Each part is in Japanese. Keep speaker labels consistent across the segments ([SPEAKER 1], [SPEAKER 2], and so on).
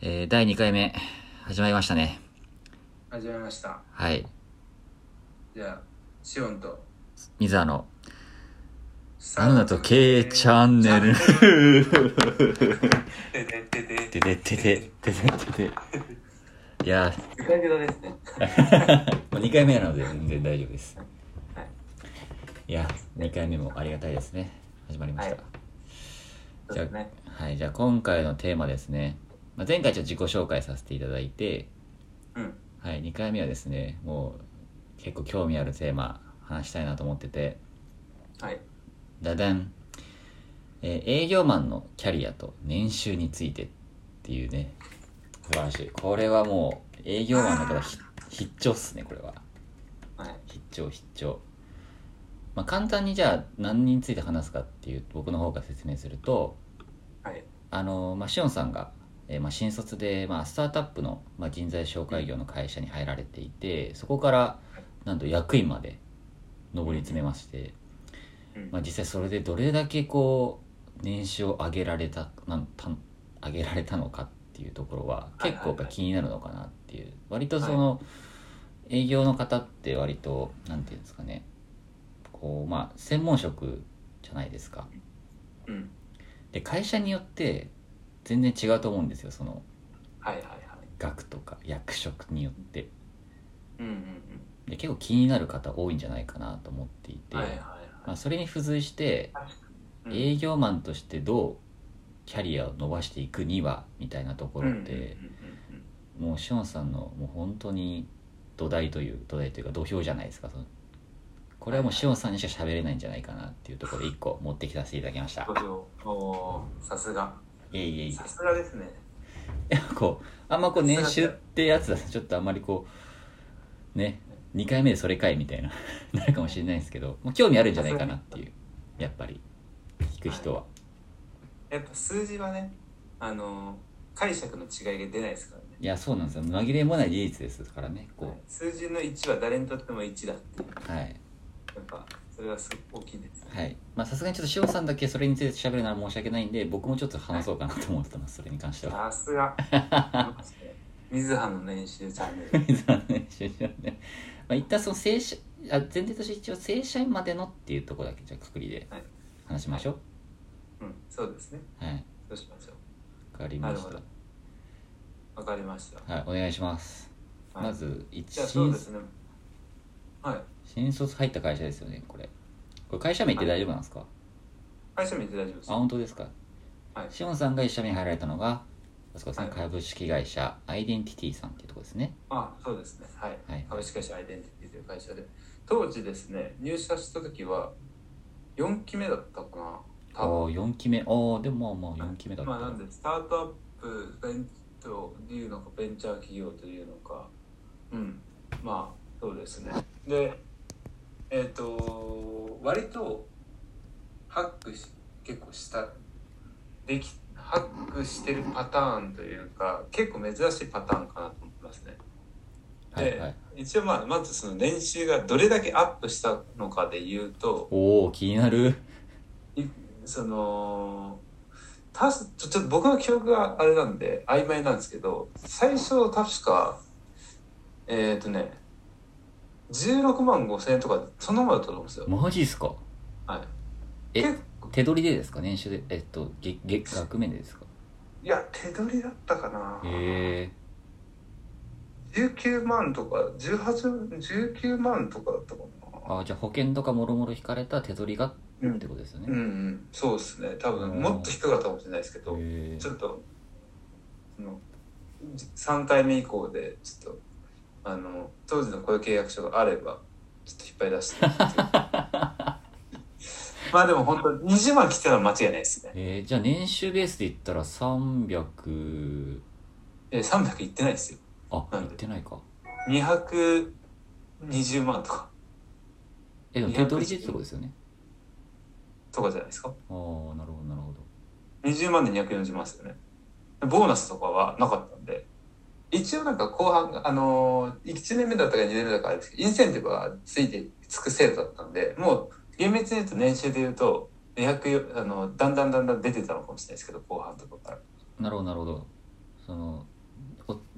[SPEAKER 1] えー第2回目、始まりましたね。
[SPEAKER 2] 始めました
[SPEAKER 1] はい。
[SPEAKER 2] じゃあシオンと
[SPEAKER 1] 水野の、
[SPEAKER 2] サ
[SPEAKER 1] あなたと K チャンネル。
[SPEAKER 2] てててて
[SPEAKER 1] てててててててて。いや
[SPEAKER 2] て回目で すね
[SPEAKER 1] ー、2回目なので全然大丈夫です。
[SPEAKER 2] はい
[SPEAKER 1] いや、2回目もありがたいですね。始まりました。
[SPEAKER 2] はいそう
[SPEAKER 1] じゃ
[SPEAKER 2] ですね
[SPEAKER 1] あ、はい、じゃあ今回のテーマですね。まあ、前回ちょっと自己紹介させていただいて、
[SPEAKER 2] うん
[SPEAKER 1] はい、2回目はですね、もう結構興味あるテーマ話したいなと思ってて、
[SPEAKER 2] はい
[SPEAKER 1] ダダン、えー営業マンのキャリアと年収についてっていうね素晴らしいこれはもう営業マンの方ひ必聴っすねこれは
[SPEAKER 2] はい
[SPEAKER 1] 必聴必聴まあ簡単にじゃあ何について話すかっていう僕の方から説明すると
[SPEAKER 2] はい
[SPEAKER 1] あのまあしおんさんが、えーまあ、新卒で、まあ、スタートアップの、まあ、人材紹介業の会社に入られていてそこからなんと役員まで上り詰めまして、
[SPEAKER 2] うん
[SPEAKER 1] まあ、実際それでどれだけこう年収を上げられたなんた上げられたのかっていうところは
[SPEAKER 2] はいはいはい
[SPEAKER 1] 結構やっぱ気になるのかなっていう、割とその営業の方って割となんていうんですかねこうまあ専門職じゃないですか
[SPEAKER 2] うん
[SPEAKER 1] で会社によって全然違うと思うんですよその
[SPEAKER 2] はいはいはい
[SPEAKER 1] 額とか役職によって
[SPEAKER 2] うんうん
[SPEAKER 1] で結構気になる方多いんじゃないかなと思っていて、
[SPEAKER 2] うんはいはい
[SPEAKER 1] まあ、それに付随して
[SPEAKER 2] はいうん
[SPEAKER 1] 営業マンとしてどうキャリアを伸ばしていくにはみたいなところって、もうシオンさんのもう本当に土台という土台というか土俵じゃないですかそのこれはもうシオンさんにしか喋れないんじゃないかなっていうところで1個持ってきさせていただきました
[SPEAKER 2] ご情報さすが
[SPEAKER 1] いえいえいえ
[SPEAKER 2] さすがですね
[SPEAKER 1] やこうあんまこう年収ってやつだとちょっとあんまりこうね2回目でそれかいみたいな なるかもしれないですけどもう興味あるんじゃないかなっていうやっぱり聞く人は
[SPEAKER 2] やっぱ数字はねあの解釈の違いが出ないですからね
[SPEAKER 1] いやそうなんですよ紛れもない事実ですからねこ
[SPEAKER 2] 数字の1は誰にとっても1だっていう
[SPEAKER 1] うはい
[SPEAKER 2] やっぱそれはすごく大きいです
[SPEAKER 1] はいまあさすがにちょっと塩さんだけそれについて喋るなら申し訳ないんで僕もちょっと話そうかなと思ってますそれに関しては
[SPEAKER 2] さ すが水葉の年収チャン ネル
[SPEAKER 1] 水原ね就職ねまあ一旦その正社あ前提として一応正社員までのっていうところだけじゃあくくりで
[SPEAKER 2] はい
[SPEAKER 1] 話しましょ
[SPEAKER 2] うん、そうですね。
[SPEAKER 1] うはい
[SPEAKER 2] どうしましょ
[SPEAKER 1] わかりまし
[SPEAKER 2] なる
[SPEAKER 1] た
[SPEAKER 2] う。わかりました。
[SPEAKER 1] はいお願いします
[SPEAKER 2] はい
[SPEAKER 1] まず一
[SPEAKER 2] じゃあそう
[SPEAKER 1] 新
[SPEAKER 2] ですね。はい。
[SPEAKER 1] 新卒入った会社ですよねこれこれ会社名って大丈夫なんですか、
[SPEAKER 2] 会社名で大丈夫です
[SPEAKER 1] あ。本当ですか、
[SPEAKER 2] はい
[SPEAKER 1] シオンさんが一社目に入られたのがあそこさん、
[SPEAKER 2] はい
[SPEAKER 1] 株式会社アイデンティティさんっていうところですね
[SPEAKER 2] あ、そうですね。はい。
[SPEAKER 1] はい
[SPEAKER 2] 株式会社アイデンティティという会社で。当時ですね、入社した時は、4期目だったかな。多分
[SPEAKER 1] お4期目おおでもまあまあ4期目だった、
[SPEAKER 2] まあ、なんで、スタートアップ、ベンチャーというのか、ベンチャー企業というのか、うん、まあ、そうですね。で、えっ、と、割と、ハックし、結構した、でき、ハックしてるパターンというか、結構珍しいパターンかなと思いますね。
[SPEAKER 1] はいはい
[SPEAKER 2] 一応、まあ、まずその練習がどれだけアップしたのかで言うと、
[SPEAKER 1] おお気になる
[SPEAKER 2] いそのたすちょちょっと僕の記憶があれなんで曖昧なんですけど最初確かえっ、ー、とね16万5千円とかそんなもんだったと思うんですよ、
[SPEAKER 1] マジっすか
[SPEAKER 2] はい、
[SPEAKER 1] え
[SPEAKER 2] 結構
[SPEAKER 1] 手取りでですか年収でえっと月月額面でですか
[SPEAKER 2] いや手取りだったかな
[SPEAKER 1] へえ
[SPEAKER 2] 19万とか1819万とかだったかな
[SPEAKER 1] あじゃあ保険とかもろもろ引かれた手取りが
[SPEAKER 2] うん
[SPEAKER 1] ってことですよね、
[SPEAKER 2] うんうんそうですね多分もっと低かったかもしれないですけど
[SPEAKER 1] へえ
[SPEAKER 2] ちょっと、その、3回目以降で、ちょっと、あの、当時の雇用契約書があれば、ちょっと引っ張り出して。まあでも本当、20万来てたのは間違いないですね。
[SPEAKER 1] えー、じゃあ年収ベースで言ったら300
[SPEAKER 2] え、300いってないですよ。
[SPEAKER 1] あ
[SPEAKER 2] なん
[SPEAKER 1] 言
[SPEAKER 2] で
[SPEAKER 1] ってないか
[SPEAKER 2] 220万とか、
[SPEAKER 1] えでも
[SPEAKER 2] 200
[SPEAKER 1] 手取りでってことですよね
[SPEAKER 2] とかじゃないですか。
[SPEAKER 1] ああなるほどなるほど
[SPEAKER 2] 20万で240万ですよね。ボーナスとかはなかったんで、一応なんか後半、あのー、1年目だったか2年目だったかあれですけど、インセンティブはついてつく制度だったんで、もう厳密に言うと年収で言うと、200あのだんだんだんだん出てたのかもしれないですけど、後半とかから。
[SPEAKER 1] なるほどなるほどその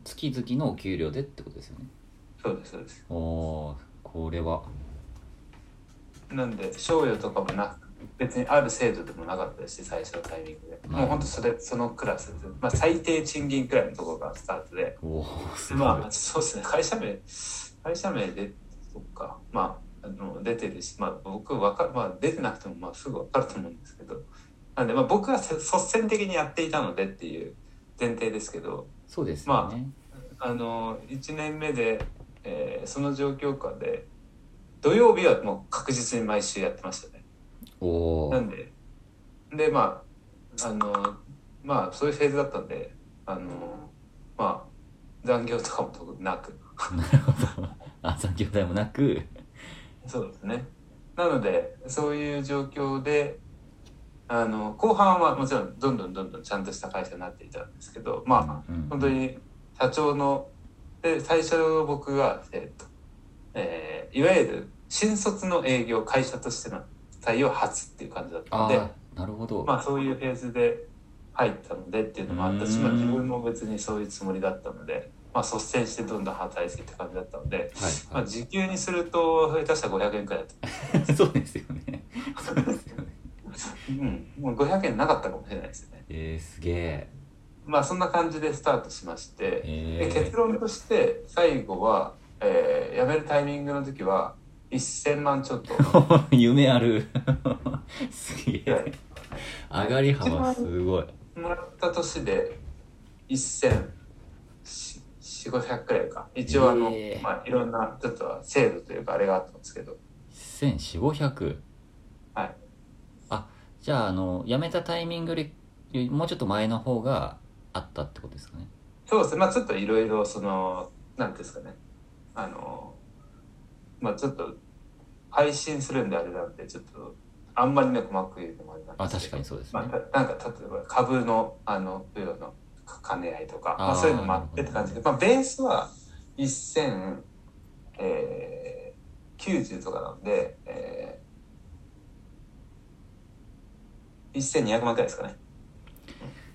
[SPEAKER 1] 月々のお給料でってことですよね
[SPEAKER 2] そうですそうです
[SPEAKER 1] おーこれは
[SPEAKER 2] なんで賞与とかもなく別にある制度でもなかったですし最初のタイミングで、
[SPEAKER 1] うん
[SPEAKER 2] もうほんとそれそのクラスです、まあ、最低賃金くらいのところがスタートで
[SPEAKER 1] おーすごい、
[SPEAKER 2] まあそうですね会社名会社名でそっかまああの出てるし、まあ、僕わかる、まあ、出てなくてもまあすぐ分かると思うんですけどなんでまあ僕はせ率先的にやっていたのでっていう前提ですけど
[SPEAKER 1] そうですよね、
[SPEAKER 2] あの1年目で、えーその状況下で土曜日はもう確実に毎週やってましたね。
[SPEAKER 1] お
[SPEAKER 2] な
[SPEAKER 1] ー
[SPEAKER 2] んで、で、まあ、あの、まあ、そういうフェーズだったんで、あの、まあ、残業とかも特になく、
[SPEAKER 1] なるほど あ残業代もなく
[SPEAKER 2] そうですね。なので、そういう状況で、あの、後半はもちろん、どんどんどんどんちゃんとした会社になっていたんですけど、ま
[SPEAKER 1] うん
[SPEAKER 2] あ、本当に社長の、で、最初僕が、えっと、えーいわゆる新卒の営業、会社としての採用初っていう感じだった
[SPEAKER 1] あ
[SPEAKER 2] んで、
[SPEAKER 1] あなるほど、
[SPEAKER 2] まあそういうフェーズで入ったのでっていうのもあったし、
[SPEAKER 1] うん
[SPEAKER 2] まあ、自分も別にそういうつもりだったので、まあ、率先してどんどん働いてって感じだったので、ま
[SPEAKER 1] は
[SPEAKER 2] あ、
[SPEAKER 1] い、
[SPEAKER 2] 時給にすると下手したら500円くらいだった、
[SPEAKER 1] はい、 そうですよねそうですよね
[SPEAKER 2] うん、もう500円なかったかもしれないですね
[SPEAKER 1] えー、すげえ
[SPEAKER 2] まあそんな感じでスタートしまして、で
[SPEAKER 1] え
[SPEAKER 2] 結論として最後は、えー辞めるタイミングの時は1000万ちょっと
[SPEAKER 1] ー、 夢あるすげ
[SPEAKER 2] は
[SPEAKER 1] え
[SPEAKER 2] い
[SPEAKER 1] 上がり幅すごい
[SPEAKER 2] もらった年で1400500くらいか一応あの、
[SPEAKER 1] ええ
[SPEAKER 2] まあ、いろんなちょっと制度というかあれがあったんですけど
[SPEAKER 1] 1400500
[SPEAKER 2] はい
[SPEAKER 1] あじゃああの辞めたタイミングよりもうちょっと前の方があったってことですかね
[SPEAKER 2] そうですねまあちょっといろいろそのなんていうんですかねあのまあちょっと配信するんであれなんでちょっとあんまりね細かく言うのもあれなん
[SPEAKER 1] あ
[SPEAKER 2] です
[SPEAKER 1] 確か
[SPEAKER 2] けど
[SPEAKER 1] にそうですね、
[SPEAKER 2] まあ、たなんか例えば株のあの付与の兼ね合いとかま
[SPEAKER 1] あー
[SPEAKER 2] あ、そういうのもあってって感じで、まあ、ベースは1000、えー、90とかなんで、えー、1200万くらいですかね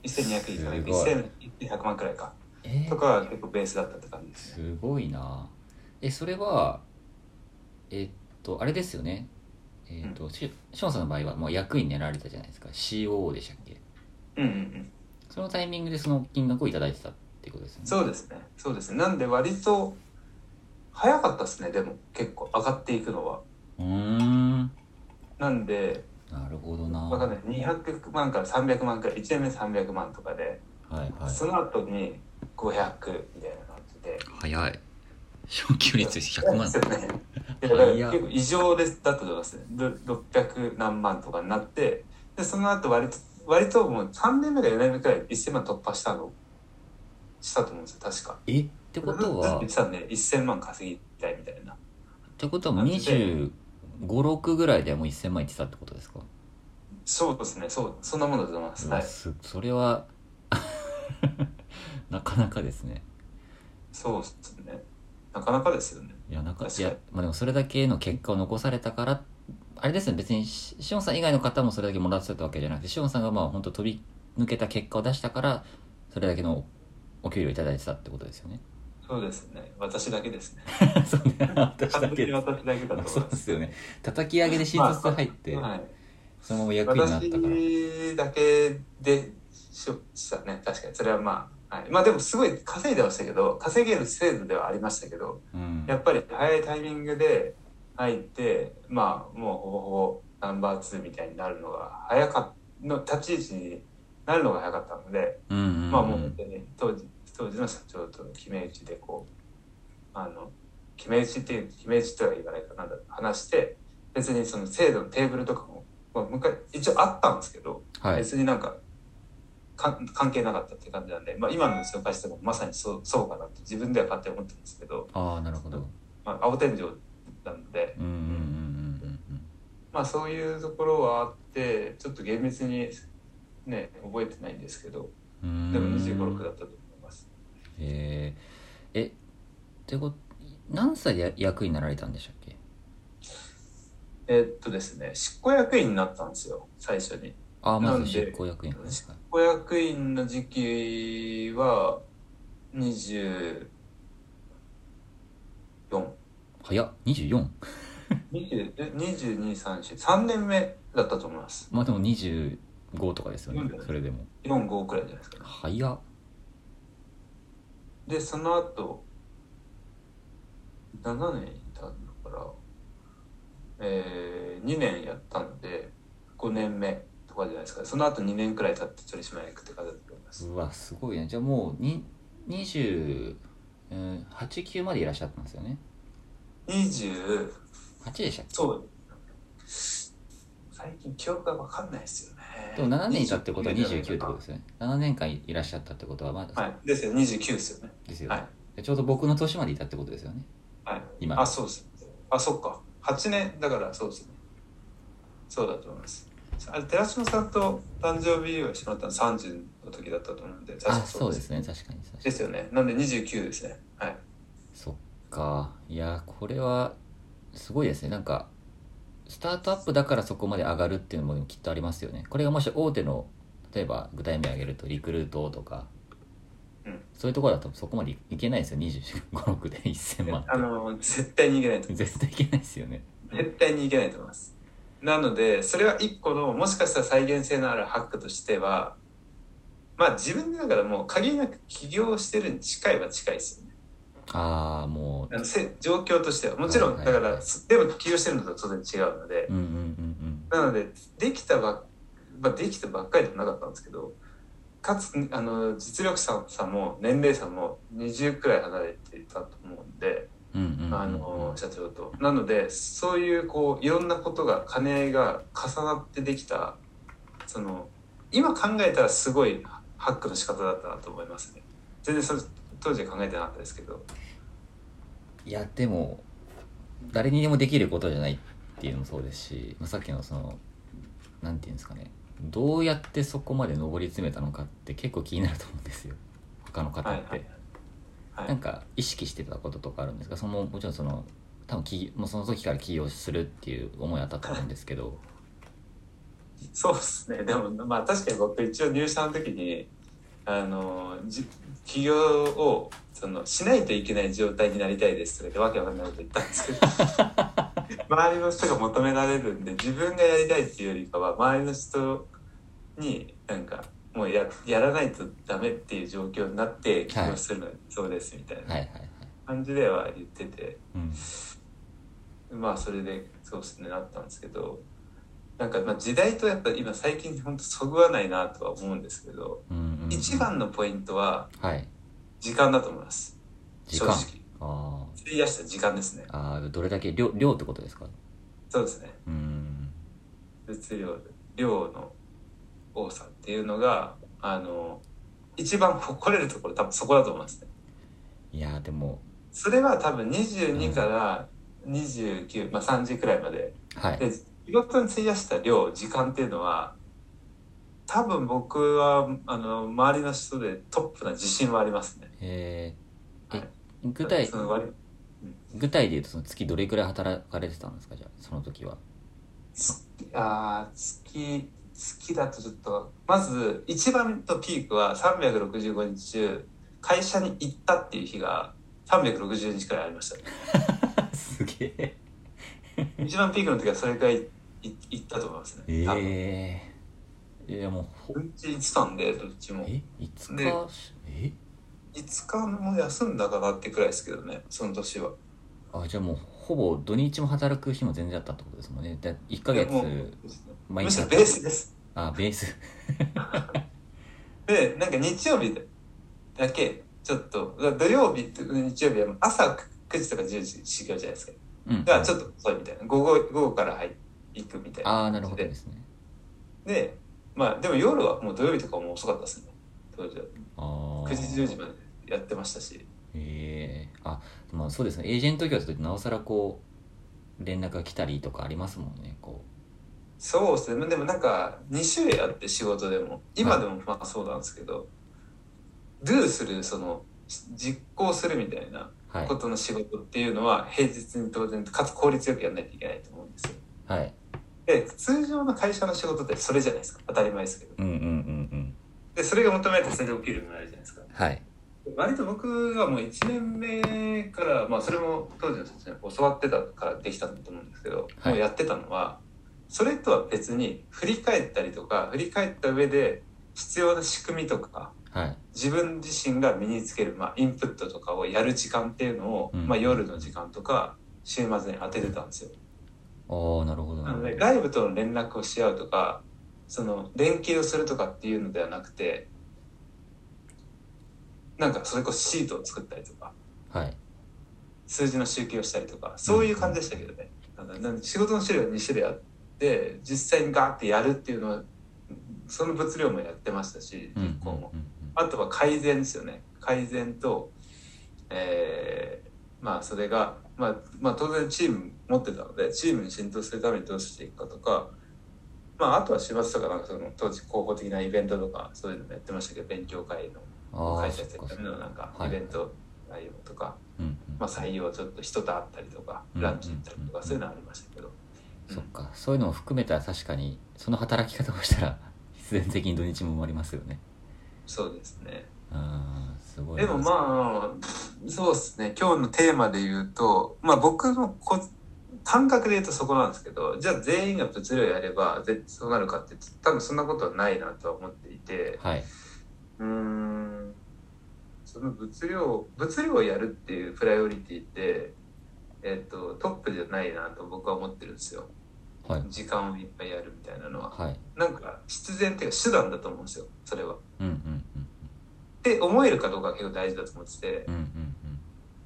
[SPEAKER 2] うん1200いかない
[SPEAKER 1] すごい
[SPEAKER 2] 1100万くらいか
[SPEAKER 1] え
[SPEAKER 2] と
[SPEAKER 1] ー、
[SPEAKER 2] かが結構ベースだったって感じですね
[SPEAKER 1] すごいなえそれはえっとあれですよねえっと、しショーンさんの場合はもう役員になられたじゃないですか COO でしたっけ
[SPEAKER 2] うんうんうん
[SPEAKER 1] そのタイミングでその金額をいただいてたってことですよね
[SPEAKER 2] そうですねそうですねなんで割と早かったですねでも結構上がっていくのは
[SPEAKER 1] うーん
[SPEAKER 2] なんで
[SPEAKER 1] なるほどな
[SPEAKER 2] わかんない200万から300万くらい1年目300万とかで、
[SPEAKER 1] はいはい
[SPEAKER 2] その後に500みたいな感じで
[SPEAKER 1] 早い昇給率100万
[SPEAKER 2] ですよねいやだから
[SPEAKER 1] いや
[SPEAKER 2] 結構異常ですだったと思いますねろ600何万とかになってでその後割と割ともう3年目か4年目くらい1000万突破したのしたと思うんですよ確か
[SPEAKER 1] えってこと
[SPEAKER 2] ずっと
[SPEAKER 1] は
[SPEAKER 2] 言
[SPEAKER 1] っ
[SPEAKER 2] ってたんで1000万稼ぎたいみたいな
[SPEAKER 1] てことは256ぐらいでもう1000万いってたってことですか、
[SPEAKER 2] そうですねそうそんなものだと思います、は
[SPEAKER 1] うわ
[SPEAKER 2] い、
[SPEAKER 1] すそれは なかなかですね
[SPEAKER 2] そうですねなかなかですよね
[SPEAKER 1] いやなんか
[SPEAKER 2] 確
[SPEAKER 1] い
[SPEAKER 2] かに
[SPEAKER 1] や、まあ、でもそれだけの結果を残されたからあれですね別にししおんさん以外の方もそれだけもらってたってわけじゃなくてしおんさんがまあ本当飛び抜けた結果を出したからそれだけのお給料いただいてたってことですよ ね
[SPEAKER 2] そうですね私だけですね
[SPEAKER 1] そうね私だ
[SPEAKER 2] 完
[SPEAKER 1] け
[SPEAKER 2] 全に
[SPEAKER 1] です
[SPEAKER 2] 私だけだと
[SPEAKER 1] そう
[SPEAKER 2] 思いま
[SPEAKER 1] ですすよね叩き上げで新卒入って、
[SPEAKER 2] はい、
[SPEAKER 1] そのまま役員になったから
[SPEAKER 2] 私だけでしょしたね確かにそれはまあ、はい、まあでもすごい稼いでましたけど稼げる制度ではありましたけど
[SPEAKER 1] うん
[SPEAKER 2] やっぱり早いタイミングで入ってまあもうほぼほぼナンバー2みたいになるのが早かっの立ち位置になるのが早かったので、
[SPEAKER 1] うんうんうん
[SPEAKER 2] まあもう本当に当時当時の社長との決め打ちでこうあの決め打ちっていう決め打ちとは言わないかなんだろう話して別にその制度のテーブルとかも、まあ、昔一応あったんですけど、
[SPEAKER 1] はい
[SPEAKER 2] 別になんかか関係なかったって感じなんで、まあ、今の紹介してもまさにそうそうかなって自分では勝手に思ってるんですけど、
[SPEAKER 1] ああなるほど
[SPEAKER 2] まあ、青天井なので、
[SPEAKER 1] うんうんうんうんうん
[SPEAKER 2] まあ、そういうところはあってちょっと厳密にね覚えてないんですけど
[SPEAKER 1] うん
[SPEAKER 2] でも
[SPEAKER 1] う
[SPEAKER 2] 2 5
[SPEAKER 1] ー
[SPEAKER 2] 六
[SPEAKER 1] ん
[SPEAKER 2] 6だったと思います。
[SPEAKER 1] へええってこと何歳でや役員になられたんでしたっけ
[SPEAKER 2] えっとですね、執行役員になったんですよ、最初に。
[SPEAKER 1] ああま
[SPEAKER 2] なん
[SPEAKER 1] ず
[SPEAKER 2] で
[SPEAKER 1] 執行役員はいはい
[SPEAKER 2] 執行役員の時期は、 24。
[SPEAKER 1] 早っ 24?
[SPEAKER 2] 20え22、34。3年目だったと思います。
[SPEAKER 1] まあでも25とかですよね
[SPEAKER 2] うん
[SPEAKER 1] それでも
[SPEAKER 2] 4、5くらいじゃないですか。
[SPEAKER 1] 早っ
[SPEAKER 2] で、その後、7年いたんだから、えー、2年やったんで、5年目とかじゃないですか。その後2年くらい経って鳥島へ行くって方だと思います。
[SPEAKER 1] うわすごいねじゃあもうに28、うん89までいらっしゃったんですよね
[SPEAKER 2] 20、
[SPEAKER 1] 8でしたっ
[SPEAKER 2] そう。最近記憶がわかんないですよね。
[SPEAKER 1] けでも7年いたってことは29ってこと
[SPEAKER 2] で
[SPEAKER 1] ですよね7年間いらっしゃったってことはまだ、
[SPEAKER 2] はい。ですよ、29ですよね。
[SPEAKER 1] ですよね、
[SPEAKER 2] はい。
[SPEAKER 1] でちょうど僕の年までいたってことですよね
[SPEAKER 2] はい。
[SPEAKER 1] 今
[SPEAKER 2] あ、そうです。あ、そっか。8年、だからそうですね。そうだと思います。あれ、寺島さんと誕生日をしてもらったの30の時だったと思うんで、確
[SPEAKER 1] あ
[SPEAKER 2] か。
[SPEAKER 1] そうですすね確かに確か
[SPEAKER 2] で
[SPEAKER 1] に
[SPEAKER 2] すよね。なんで29ですね。はい。
[SPEAKER 1] そっかいやこれはすごいですねなんかスタートアップだからそこまで上がるっていうのもきっとありますよねこれがもし大手の例えば具体名挙げるとリクルートとか、
[SPEAKER 2] うん
[SPEAKER 1] そういうところだとそこまでいけないですよ256で1000万
[SPEAKER 2] あの、絶対にいけないと
[SPEAKER 1] 絶対いけないですよね
[SPEAKER 2] 絶対にいけないと思います。なので、それは一個の、もしかしたら再現性のあるハックとしては、まあ自分でだからもう限りなく起業してるに近いは近いですよね。
[SPEAKER 1] ああも
[SPEAKER 2] あのせ状況としては。もちろん、
[SPEAKER 1] は
[SPEAKER 2] だ
[SPEAKER 1] いは
[SPEAKER 2] か
[SPEAKER 1] いはい
[SPEAKER 2] ら、すでも起業してるのとは当然違うので、
[SPEAKER 1] ううんうんうん
[SPEAKER 2] なので、できたばっ、まあ、できたばっかりでもなかったんですけど、かつ、あの、実力差差も年齢差も20くらい離れていたと思うんで、
[SPEAKER 1] うんうんうんうん
[SPEAKER 2] あの社長と。なのでそういうこういろんなことが兼ね合いが重なってできたその今考えたらすごいハックの仕方だったなと思いますね。全然そ当時は考えてなかったですけど。
[SPEAKER 1] いやでも誰にでもできることじゃないっていうのもそうですし、まあ、さっきのそのなんていうんですかねどうやってそこまで上り詰めたのかって結構気になると思うんですよ他の方って、
[SPEAKER 2] はいはい
[SPEAKER 1] なんか意識してたこととかあるんですかそのもちろんその多分起業もうその時から起業するっていう思いあったと思うんですけど
[SPEAKER 2] そうですね。でも、まあ確かに僕一応入社の時に、あの、じ起業を、その、しないといけない状態になりたいですとか言ってわけわかんないこと言ったんです けど、周りの人が求められるんで、自分がやりたいっていうよりかは、周りの人になんか、もうややらないとダメっていう状況になって起業するのがそうですみたい
[SPEAKER 1] はい
[SPEAKER 2] な
[SPEAKER 1] はいはい、
[SPEAKER 2] 感じでは言ってて、
[SPEAKER 1] うん、
[SPEAKER 2] まあそれでそうですねなったんですけどなんかまあ時代とやっぱ今最近本当そぐわないなとは思うんですけど、
[SPEAKER 1] うんうんうん
[SPEAKER 2] 一番のポイントは
[SPEAKER 1] はい
[SPEAKER 2] 時間だと思います
[SPEAKER 1] 時
[SPEAKER 2] 正
[SPEAKER 1] 間
[SPEAKER 2] 直
[SPEAKER 1] あー
[SPEAKER 2] 費やした時間ですね
[SPEAKER 1] あーどれだけ量量ってことですか
[SPEAKER 2] そうですね
[SPEAKER 1] うん
[SPEAKER 2] 物量量の多さっていうのがあの一番誇れるところ多分そこだと思いますね
[SPEAKER 1] いやでも
[SPEAKER 2] それは多分22から29、まあ30くらいまで
[SPEAKER 1] はい
[SPEAKER 2] で仕事に費やした量時間っていうのは多分僕はあの周りの人でトップな自信はありますね
[SPEAKER 1] えー
[SPEAKER 2] は
[SPEAKER 1] え
[SPEAKER 2] い
[SPEAKER 1] 具体
[SPEAKER 2] その割
[SPEAKER 1] 具体で言うとその月どれくらい働かれてたんですかじゃあその時 は
[SPEAKER 2] あー月月だとちょっとまず一番のピークは365日中会社に行ったっていう日が360日くらいありましたね
[SPEAKER 1] すげえ
[SPEAKER 2] 一番ピークの時はそれくらいい行ったと思いますね多分
[SPEAKER 1] ええいやもうほ
[SPEAKER 2] うんち行ってたんでどっちも
[SPEAKER 1] え5
[SPEAKER 2] で
[SPEAKER 1] 日しえ
[SPEAKER 2] 5日も休んだかなってくらいですけどねその年は
[SPEAKER 1] あじゃあもうほぼ土日も働く日も全然あったってことですもんねだ1ヶ
[SPEAKER 2] いやも
[SPEAKER 1] 月毎
[SPEAKER 2] むし
[SPEAKER 1] 日
[SPEAKER 2] ろベースです。
[SPEAKER 1] あベース
[SPEAKER 2] で、なんか日曜日だけ、ちょっと、だ土曜日と日曜日は朝9時とか10時修行じゃないですか。
[SPEAKER 1] うん
[SPEAKER 2] が、ちょっと遅いみたいな。午後、午後から入行くみたいな。
[SPEAKER 1] ああなるほどですね
[SPEAKER 2] で、まあ、でも夜はもう土曜日とかも遅かったですね。当時は。
[SPEAKER 1] ああ
[SPEAKER 2] 9時、10時までやってましたし。
[SPEAKER 1] ええあまあそうですねエージェント業だとなおさらこう連絡が来たりとかありますもんねこ
[SPEAKER 2] そうですね。でもなんか、2種類あって仕事でも。今でもまあそうなんですけど、do する、その、実行するみたいな。
[SPEAKER 1] うはい
[SPEAKER 2] ことの仕事っていうのは平日に当然かつ効率よくやらないといけないと思うんですよ。
[SPEAKER 1] はい
[SPEAKER 2] で通常の会社の仕事ってそれじゃないですか当たり前ですけど
[SPEAKER 1] うんうんうんうん
[SPEAKER 2] でそれが求められてそれで起きるようになるじゃないですか
[SPEAKER 1] はい
[SPEAKER 2] 割と僕がもう1年目から、まあ、それも当時の先生に教わってたからできたんだと思うんですけど、
[SPEAKER 1] はい
[SPEAKER 2] もうやってたのはそれとは別に振り返ったりとか振り返った上で必要な仕組みとか
[SPEAKER 1] はい
[SPEAKER 2] 自分自身が身につける、まあ、インプットとかをやる時間っていうのを、
[SPEAKER 1] うん
[SPEAKER 2] まあ、夜の時間とか週末に当ててたんですよ。
[SPEAKER 1] ああなるほどなる
[SPEAKER 2] な
[SPEAKER 1] ほど
[SPEAKER 2] ので外部との連絡をし合うとかその連携をするとかっていうのではなくてなんかそれこそシートを作ったりとか
[SPEAKER 1] はい
[SPEAKER 2] 数字の集計をしたりとかそういう感じでしたけどね、なんかなんで仕事の種類は2種類あって実際にガーってやるっていうのはその物量もやってましたし
[SPEAKER 1] うんうん
[SPEAKER 2] 実行も、
[SPEAKER 1] うん
[SPEAKER 2] あとは改善ですよね改善とえーまあそれが、まあ、まあ当然チーム持ってたのでチームに浸透するためにどうしていくかとかまああとは週末とかなんかその当時広報的なイベントとかそういうのもやってましたけど勉強会
[SPEAKER 1] うん
[SPEAKER 2] の
[SPEAKER 1] ああ
[SPEAKER 2] 会社
[SPEAKER 1] そっ
[SPEAKER 2] やって
[SPEAKER 1] か
[SPEAKER 2] る
[SPEAKER 1] そ
[SPEAKER 2] た
[SPEAKER 1] っ
[SPEAKER 2] めの
[SPEAKER 1] か
[SPEAKER 2] なんか
[SPEAKER 1] はい
[SPEAKER 2] イベント内容とか、
[SPEAKER 1] うんうん
[SPEAKER 2] まあ、採用ちょっと人と会ったりとか、
[SPEAKER 1] うん
[SPEAKER 2] ランチ行ったりとか、そういうのありましたけど。
[SPEAKER 1] そっかそういうのを含めたら確かにその働き方をしたら 必然的に土日も埋まりますよね
[SPEAKER 2] そうですね。
[SPEAKER 1] あーすごい
[SPEAKER 2] でもまあ、そうですね。今日のテーマで言うと、まあ僕のこ感覚で言うとそこなんですけど、じゃあ全員が物量やれば、ぜそうなるかって言うと、多分そんなことはないなとは思っていて、
[SPEAKER 1] はいう
[SPEAKER 2] ーん、その物量、物量をやるっていうプライオリティって、えっと、トップじゃないなと僕は思ってるんですよ。
[SPEAKER 1] はい
[SPEAKER 2] 時間をいっぱいやるみたいなのは。
[SPEAKER 1] はい
[SPEAKER 2] なんか必然っていうか手段だと思うんですよそれは。っ
[SPEAKER 1] うんうん
[SPEAKER 2] て思えるかどうかが結構大事だと思ってて
[SPEAKER 1] うんう、んうん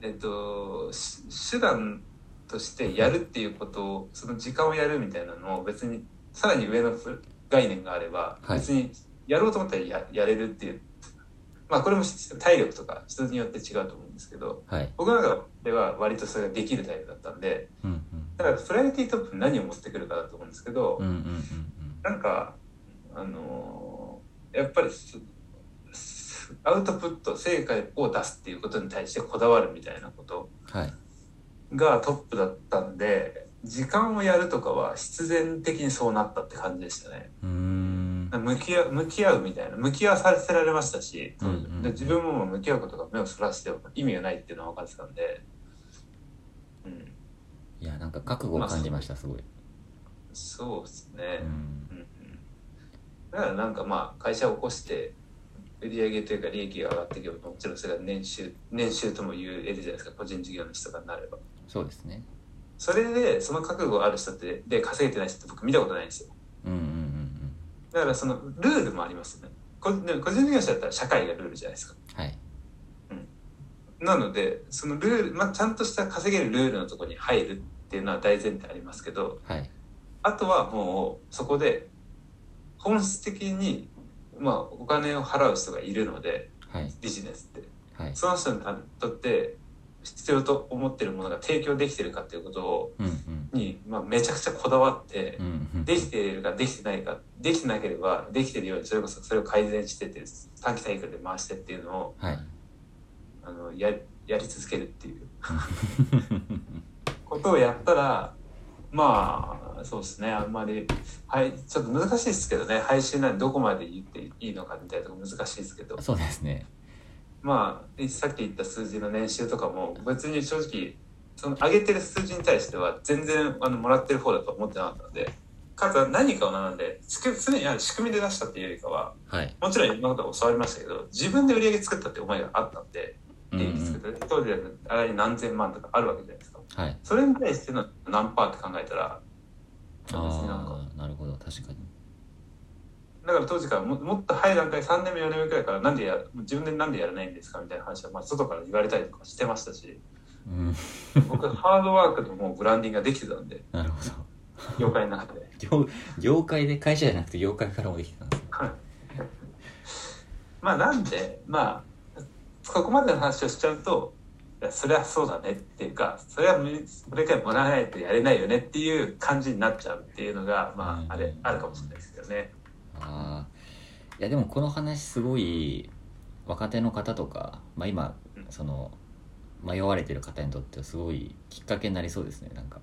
[SPEAKER 2] えっと、し手段としてやるっていうことをその時間をやるみたいなのを別にさらに上の概念があれば、
[SPEAKER 1] はい
[SPEAKER 2] 別にやろうと思ったらややれるっていうまあこれも体力とか人によって違うと思うんですけど
[SPEAKER 1] うんはい
[SPEAKER 2] 僕なんかでは割とそれができるタイプだったんで
[SPEAKER 1] うん
[SPEAKER 2] だからプライオリティトップに何を持ってくるかだと思うんですけど、
[SPEAKER 1] うんうんうん
[SPEAKER 2] なんか、あのーやっぱりすすアウトプット成果を出すっていうことに対してこだわるみたいなこと
[SPEAKER 1] うんはい
[SPEAKER 2] がトップだったんで時間をやるとかは必然的にそうなったって感じでしたね
[SPEAKER 1] うーん
[SPEAKER 2] 向き合う向き合うみたいな向き合わさせられましたし、
[SPEAKER 1] うんうんうん
[SPEAKER 2] で自分も向き合うことが目をそらしても意味がないっていうのは分かってたんで、うん、
[SPEAKER 1] いやなんか覚悟を感じましたすごい、
[SPEAKER 2] そうですね、
[SPEAKER 1] うん、
[SPEAKER 2] うんうんだからなんかまあ会社を起こして売上というか利益が上がっていけばもちろんそれが年収年収とも言えるじゃないですか個人事業主とかになれば
[SPEAKER 1] そうですね
[SPEAKER 2] それでその覚悟がある人ってで稼げてない人って僕見たことないんですよ
[SPEAKER 1] うんうん
[SPEAKER 2] だからそのルールもありますよね個でも個人事業主だったら社会がルールじゃないですか
[SPEAKER 1] うんはい
[SPEAKER 2] なのでそのルール、まあ、ちゃんとした稼げるルールのところに入るっていうのは大前提ありますけど
[SPEAKER 1] はい
[SPEAKER 2] あとはもうそこで本質的に、まあ、お金を払う人がいるので
[SPEAKER 1] はい
[SPEAKER 2] ビジネスって
[SPEAKER 1] はい
[SPEAKER 2] その人にとって必要と思ってるものが提供できてるかっていうことを
[SPEAKER 1] うんうん
[SPEAKER 2] に、まあ、めちゃくちゃこだわって
[SPEAKER 1] う、んうん
[SPEAKER 2] できているかできてないかできてなければできてるようにそれこそそれを改善してって短期大会で回してっていうのを
[SPEAKER 1] はい
[SPEAKER 2] あのややり続けるっていうことをやったらまあそうですねあんまり、はい、ちょっと難しいですけどね配信なんでどこまで言っていいのかみたいなとこ難しいですけど
[SPEAKER 1] そうですね
[SPEAKER 2] まあさっき言った数字の年収とかも別に正直その上げてる数字に対しては全然あのもらってる方だと思ってなかったのでかつ何かを学んでつく常にある仕組みで出したっていうよりかは
[SPEAKER 1] はい
[SPEAKER 2] もちろん今まで教わりましたけど自分で売り上げ作ったって思いがあったんで
[SPEAKER 1] うんう
[SPEAKER 2] 利益作
[SPEAKER 1] ん
[SPEAKER 2] った当時はあれに何千万とかあるわけじゃないですか。
[SPEAKER 1] はい
[SPEAKER 2] それに対しての何パーって考えたら別になんか
[SPEAKER 1] ああなるほど確かに
[SPEAKER 2] だから当時からももっと早い段階3年目4年目くらいからなんでや自分でなんでやらないんですかみたいな話は、まあ、外から言われたりとかしてましたし
[SPEAKER 1] うん
[SPEAKER 2] 僕はハードワークのもうブランディングができてたんで
[SPEAKER 1] なるほど
[SPEAKER 2] 業界の中で
[SPEAKER 1] 業業界で会社じゃなくて業界からもできたんですね
[SPEAKER 2] はい まあなんでまあここまでの話をしちゃうといやそれはそうだねっていうかそれは無理それからもらわないとやれないよねっていう感じになっちゃうっていうのがまああ
[SPEAKER 1] う
[SPEAKER 2] れ
[SPEAKER 1] ん
[SPEAKER 2] あるかもしれないですけどね。
[SPEAKER 1] あーいやでもこの話すごい若手の方とか、まあ、今
[SPEAKER 2] うん
[SPEAKER 1] その迷われてる方にとってはすごいきっかけになりそうですねなんか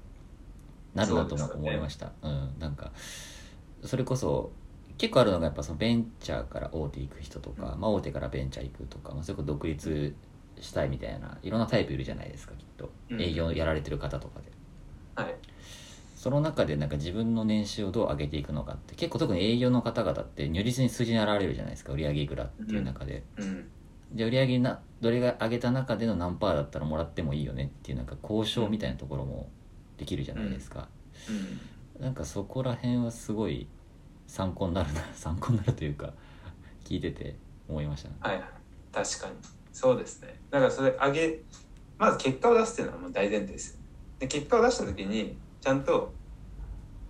[SPEAKER 1] なるなとも
[SPEAKER 2] そうですよね
[SPEAKER 1] 思いましたう、ん、なんかそれこそ結構あるのがやっぱそのベンチャーから大手行く人とか、まあ、大手からベンチャー行くとか、まあ、それこそ独立したいみたいないろんなタイプいるじゃないですかきっと
[SPEAKER 2] うん
[SPEAKER 1] 営業やられてる方とかで
[SPEAKER 2] はい。
[SPEAKER 1] その中でなんか自分の年収をどう上げていくのかって結構特に営業の方々って如実に数字に現れるじゃないですか売上いくらっていう中で、
[SPEAKER 2] うん。
[SPEAKER 1] で売上などれが上げた中での何パーだったらもらってもいいよねっていうなんか交渉みたいなところもできるじゃないですか、
[SPEAKER 2] うん。
[SPEAKER 1] なんかそこら辺はすごい参考になる な参考になるというか聞いてて思いましたね
[SPEAKER 2] はいはい。確かに。そうですね。だからそれ上げ、まず結果を出すっていうのはもう大前提ですよ。で、結果を出した時に、ちゃんと、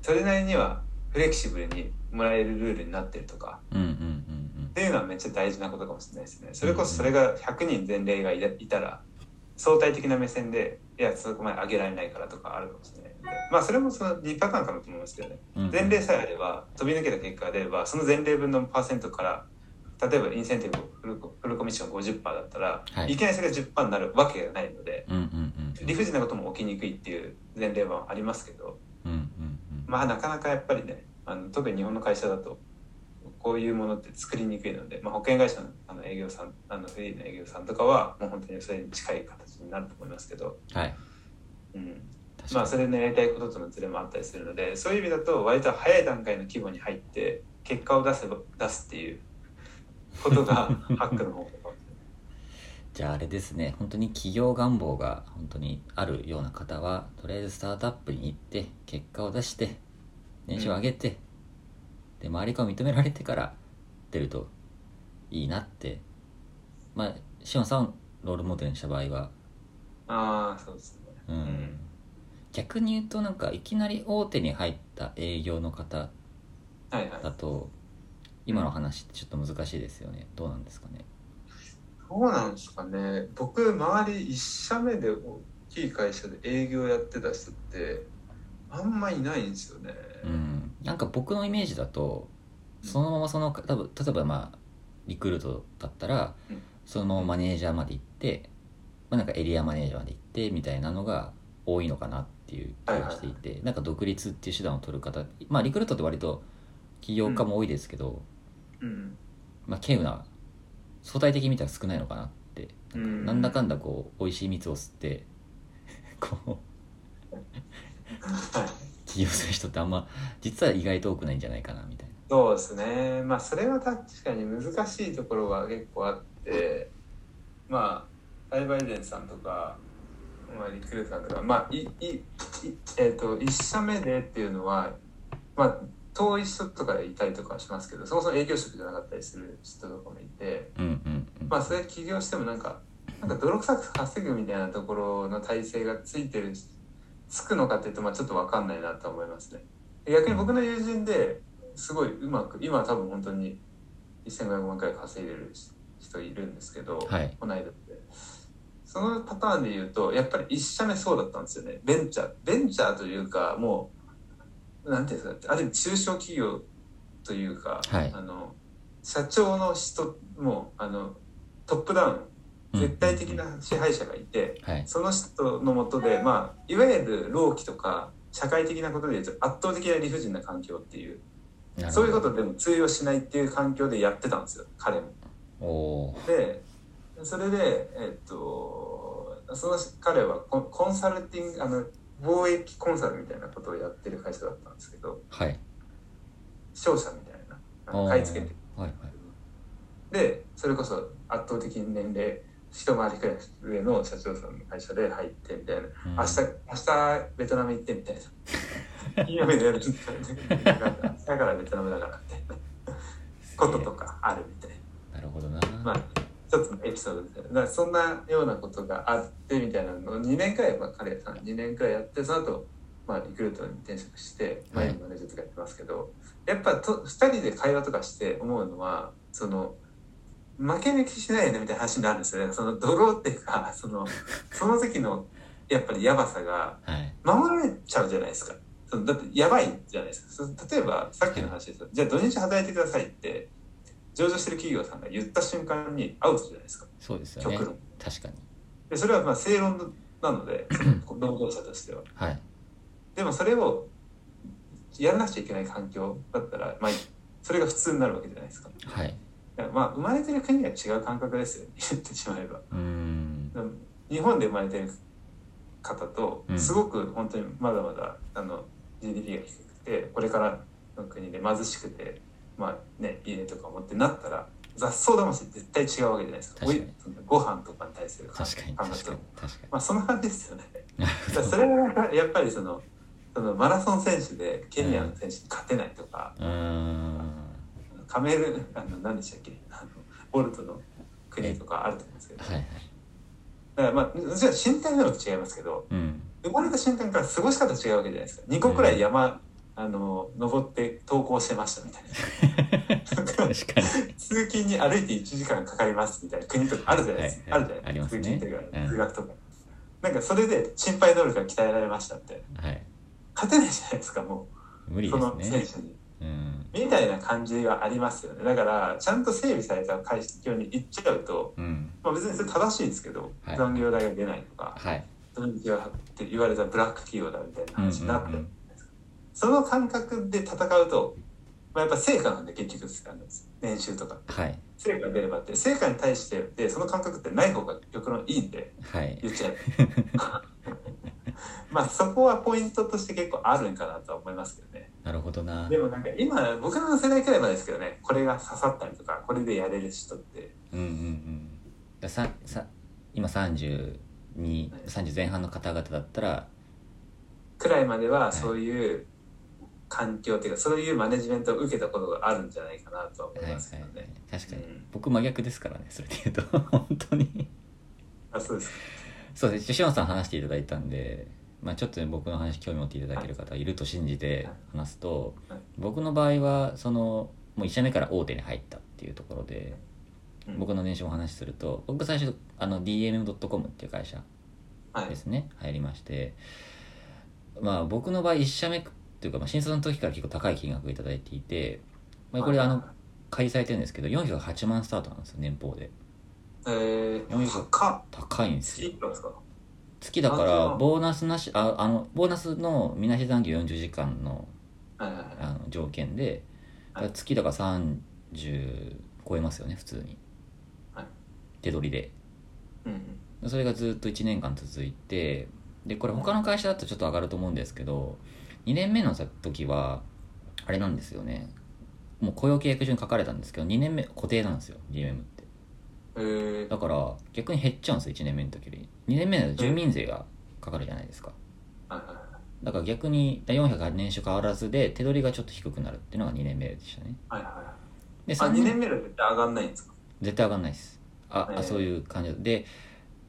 [SPEAKER 2] それなりにはフレキシブルにもらえるルールになってるとか、
[SPEAKER 1] うんうん
[SPEAKER 2] っていうのはめっちゃ大事なことかもしれないですね。それこそそれが100人全例がいたいたら、相対的な目線で、いや、そこまで上げられないからとかあるかもしれないので、まあそれもその2パターンかなと思いますけどね。
[SPEAKER 1] うんうんうん
[SPEAKER 2] 前例さえあれば飛び抜けた結果が出ればその前例分のパーセントから例えばインセンティブフルコフルコミッション50%だったら、
[SPEAKER 1] はい
[SPEAKER 2] い、きなりそれが10%になるわけがないので
[SPEAKER 1] うんうんうん
[SPEAKER 2] 理不尽なことも起きにくいっていう前例はありますけど
[SPEAKER 1] うんうんうん
[SPEAKER 2] まあなかなかやっぱりねあの特に日本の会社だとこういうものって作りにくいので、まあ、保険会社のあの営業さんあのフリーの営業さんとかはもう本当にそれに近い形になると思いますけど、
[SPEAKER 1] はい
[SPEAKER 2] うん、
[SPEAKER 1] 確かに
[SPEAKER 2] まあそれのやりたいこととのズレもあったりするのでそういう意味だと割と早い段階の規模に入って結果を出せば出すっていうこと がハックの方法かもし
[SPEAKER 1] じゃああれですね本当に企業願望が本当にあるような方はとりあえずスタートアップに行って結果を出して年収を上げて、で周りから認められてから出るといいなってまあシオンさんをロールモデルにした場合は
[SPEAKER 2] れないああそうですね
[SPEAKER 1] うん、
[SPEAKER 2] うん
[SPEAKER 1] 逆に言うとなんかいきなり大手に入った営業の方
[SPEAKER 2] はいはい
[SPEAKER 1] だと今の話ってちょっと難しいですよねどうなんですかね
[SPEAKER 2] どうなんですかね僕周り一社目で大きい会社で営業やってた人ってあんまいないんですよね
[SPEAKER 1] うん、なんか僕のイメージだとそのままその多分例えばまあリクルートだったら
[SPEAKER 2] うん
[SPEAKER 1] そのままマネージャーまで行って、まあ、なんかエリアマネージャーまで行ってみたいなのが多いのかなっていう気がしていて、なんか独立っていう手段を取る方まあリクルートって割と起業家も多いですけど、
[SPEAKER 2] うん
[SPEAKER 1] まあ軽有な相対的に見たら少ないのかなって
[SPEAKER 2] う
[SPEAKER 1] なんんだかんだこう美味しい蜜を吸って こう
[SPEAKER 2] はい
[SPEAKER 1] 起業する人ってあんま実は意外と多くないんじゃないかなみたいな。
[SPEAKER 2] そうですね。まあ、それは確かに難しいところは結構あって、まあ、タイバイデンさんとか、まあ、リクルーターとか、まあ、い、い、いえっ、と、一社目でっていうのは、まあ、遠い人とかいたりとかはしますけど、そもそも営業職じゃなかったりする人とかもいて、
[SPEAKER 1] うんうんうん
[SPEAKER 2] まあ、それ起業してもなんか、なんか泥臭く稼ぐみたいなところの体制がついてる、つくのかっていうと、まあ、ちょっとわかんないなと思いますね。逆に僕の友人ですごいうまく、今は多分本当に1500万回稼いでる人いるんですけど、
[SPEAKER 1] はい
[SPEAKER 2] この間って。そのパターンで言うと、やっぱり一社目そうだったんですよね。ベンチャー。ベンチャーというか、もう、なんていうんですか、ある意味中小企業というか、
[SPEAKER 1] はい
[SPEAKER 2] あの、社長の人、もう、あの、トップダウン、絶対的な支配者がいて、
[SPEAKER 1] はい
[SPEAKER 2] その人のもとで、まあ、いわゆる労基とか、社会的なことで言うと圧倒的な理不尽な環境っていう、
[SPEAKER 1] なるほど
[SPEAKER 2] そういうことでも通用しないっていう環境でやってたんですよ、彼も。
[SPEAKER 1] おお
[SPEAKER 2] でそれでえっとその彼はコンコンサルティングあの貿易コンサルみたいなことをやってる会社だったんですけど
[SPEAKER 1] ーはい
[SPEAKER 2] 商社みたいななん
[SPEAKER 1] お
[SPEAKER 2] か
[SPEAKER 1] ー
[SPEAKER 2] 買い付けて
[SPEAKER 1] はいはい
[SPEAKER 2] でそれこそ圧倒的に年齢一回りくらい上の社長さんの会社で入ってみたいな、
[SPEAKER 1] うん
[SPEAKER 2] 明日明日ベトナム行ってみたい な金曜日の夜に行ってみたいな明日からベトナムだからみたいなこととかあるみたいな。
[SPEAKER 1] なるほどな、
[SPEAKER 2] まあ、一つのエピソードですね。だからそんなようなことがあってみたいなのを2年くらい、まあ、彼さん2年くらいやって、その後、まあ、リクルートに転職して、まあ、
[SPEAKER 1] はい
[SPEAKER 2] 今マネージャーとかやってますけど、やっぱと2人で会話とかして思うのは、その、負け抜きしないよねみたいな話になるんですよね。その泥っていうか、その、その時のやっぱりやばさが、
[SPEAKER 1] はい
[SPEAKER 2] 守られちゃうじゃないですか。そのだって、やばいじゃないですか。そ例えば、さっきの話ですよ。じゃあ、土日働いてくださいって、上場してる企業さんが言った瞬間にアウトじゃないですか、
[SPEAKER 1] そうですよね
[SPEAKER 2] 極論。
[SPEAKER 1] 確かに
[SPEAKER 2] でそれはまあ正論なので、その労働者としては。
[SPEAKER 1] はい
[SPEAKER 2] でも、それをやらなくちゃいけない環境だったら、まあ、それが普通になるわけじゃないですか。
[SPEAKER 1] はい
[SPEAKER 2] だからまあ生まれてる国が違う感覚ですよね言ってしまえば。
[SPEAKER 1] うーん
[SPEAKER 2] でも日本で生まれてる方と
[SPEAKER 1] うん
[SPEAKER 2] すごく本当にまだまだあの GDP が低くてこれからの国で貧しくて、まあね、家とか持ってなったら雑草魂絶対違うわけじゃないですか
[SPEAKER 1] 確かに
[SPEAKER 2] おいそのご飯とかに対する感
[SPEAKER 1] 確かに
[SPEAKER 2] 感
[SPEAKER 1] 確
[SPEAKER 2] 覚
[SPEAKER 1] か
[SPEAKER 2] と
[SPEAKER 1] に確か
[SPEAKER 2] まあそんな感じですよね。
[SPEAKER 1] になる
[SPEAKER 2] だから
[SPEAKER 1] ほ
[SPEAKER 2] そ
[SPEAKER 1] ど
[SPEAKER 2] れはやっぱりそのそのマラソン選手でケニアの選手に勝てないとか、
[SPEAKER 1] うーん
[SPEAKER 2] カメルあの何でしたっけあのボルトの国とかあると思うんですけど
[SPEAKER 1] はいはい
[SPEAKER 2] だからまあもちろん身体能力違いますけど
[SPEAKER 1] うん
[SPEAKER 2] 生まれた瞬間から過ごし方違うわけじゃないですか2個くらい山、あの登って登校してましたみたい な
[SPEAKER 1] 確かに
[SPEAKER 2] 通勤に歩いて1時間かかりますみたいな国とかあるじゃないですか、
[SPEAKER 1] はいはい
[SPEAKER 2] あるじゃ
[SPEAKER 1] あ
[SPEAKER 2] ない
[SPEAKER 1] り
[SPEAKER 2] で
[SPEAKER 1] ますす
[SPEAKER 2] か
[SPEAKER 1] ね
[SPEAKER 2] 通勤という
[SPEAKER 1] う
[SPEAKER 2] か
[SPEAKER 1] ん
[SPEAKER 2] 通学とか、なんかそれで心配能力が鍛えられましたって
[SPEAKER 1] はい
[SPEAKER 2] 勝てないじゃないですかも
[SPEAKER 1] 無
[SPEAKER 2] う
[SPEAKER 1] 理
[SPEAKER 2] その
[SPEAKER 1] です
[SPEAKER 2] 選
[SPEAKER 1] ね
[SPEAKER 2] 手に。
[SPEAKER 1] うん
[SPEAKER 2] みたいな感じはありますよね。だから、ちゃんと整備された会社に行っちゃうと、
[SPEAKER 1] うん
[SPEAKER 2] まあ別にそれ正しいですけど、
[SPEAKER 1] はい
[SPEAKER 2] 残業代が出ないとか、
[SPEAKER 1] はい
[SPEAKER 2] 残業って言われたブラック企業だみたい
[SPEAKER 1] う
[SPEAKER 2] な
[SPEAKER 1] んうん
[SPEAKER 2] 話になって、その感覚で戦うと、まあ、やっぱ成果なんで結局あの年収とか
[SPEAKER 1] はい
[SPEAKER 2] 成果が出ればって成果に対してでその感覚ってない方が極論いいんで
[SPEAKER 1] はい
[SPEAKER 2] 言っちゃえば まあそこはポイントとして結構あるんかなとは思いますけどね
[SPEAKER 1] なるほどな
[SPEAKER 2] でもなんか今僕らの世代くらいまでですけどねこれが刺さったりとかこれでやれる人って
[SPEAKER 1] うんうんうんだささ今3230前半の方々だったら
[SPEAKER 2] くらいまではそういう環境っていうかそういうマネジメントを受けたことがあるんじゃないかなとは思
[SPEAKER 1] はい
[SPEAKER 2] い
[SPEAKER 1] はい、は
[SPEAKER 2] ま
[SPEAKER 1] い
[SPEAKER 2] すけどね、、
[SPEAKER 1] 確かに、
[SPEAKER 2] うん
[SPEAKER 1] 僕真逆ですからねそれで言うと 本当に
[SPEAKER 2] あそうです
[SPEAKER 1] そうですシオンさん話していただいたんで、まあ、ちょっとね僕の話興味持っていただける方がいると信じて話すと、
[SPEAKER 2] はい
[SPEAKER 1] 僕の場合はそのもう1社目から大手に入ったっていうところで、
[SPEAKER 2] うん
[SPEAKER 1] 僕の年収をお話しすると僕最初あの DM.com っていう会社
[SPEAKER 2] はい
[SPEAKER 1] ですね、入りましてまあ僕の場合1社目っていうか、まあ、新卒の時から結構高い金額をいただいていて、まあ、これあの開催てるんですけど408万スタートなんですよ年俸で
[SPEAKER 2] えー、
[SPEAKER 1] 400
[SPEAKER 2] 高っ
[SPEAKER 1] 高いんです
[SPEAKER 2] 月
[SPEAKER 1] よ
[SPEAKER 2] いくらですか
[SPEAKER 1] 月だか
[SPEAKER 2] あ
[SPEAKER 1] ら
[SPEAKER 2] そう
[SPEAKER 1] ボーナスなしああのボーナスのみなし残業40時間の
[SPEAKER 2] はいはいはい
[SPEAKER 1] あの条件でだから月だから30超えますよね普通に
[SPEAKER 2] はい
[SPEAKER 1] 手取りで
[SPEAKER 2] うんうん
[SPEAKER 1] それがずっと1年間続いてでこれ他の会社だとちょっと上がると思うんですけど2年目の時はあれなんですよねもう雇用契約書に書かれたんですけど2年目固定なんですよ DMM って
[SPEAKER 2] えー、
[SPEAKER 1] だから逆に減っちゃうんですよ1年目の時より2年目だと住民税がかかるじゃないですか
[SPEAKER 2] はいはいはい
[SPEAKER 1] だから逆に400年収変わらずで手取りがちょっと低くなるっていうのが2年目でしたね
[SPEAKER 2] はいはいはい
[SPEAKER 1] で
[SPEAKER 2] あ
[SPEAKER 1] 3
[SPEAKER 2] 2
[SPEAKER 1] 年
[SPEAKER 2] 年目で絶対上がんないんですか
[SPEAKER 1] 絶対上がんないですあ,、
[SPEAKER 2] え
[SPEAKER 1] あ
[SPEAKER 2] ー
[SPEAKER 1] そういう感じで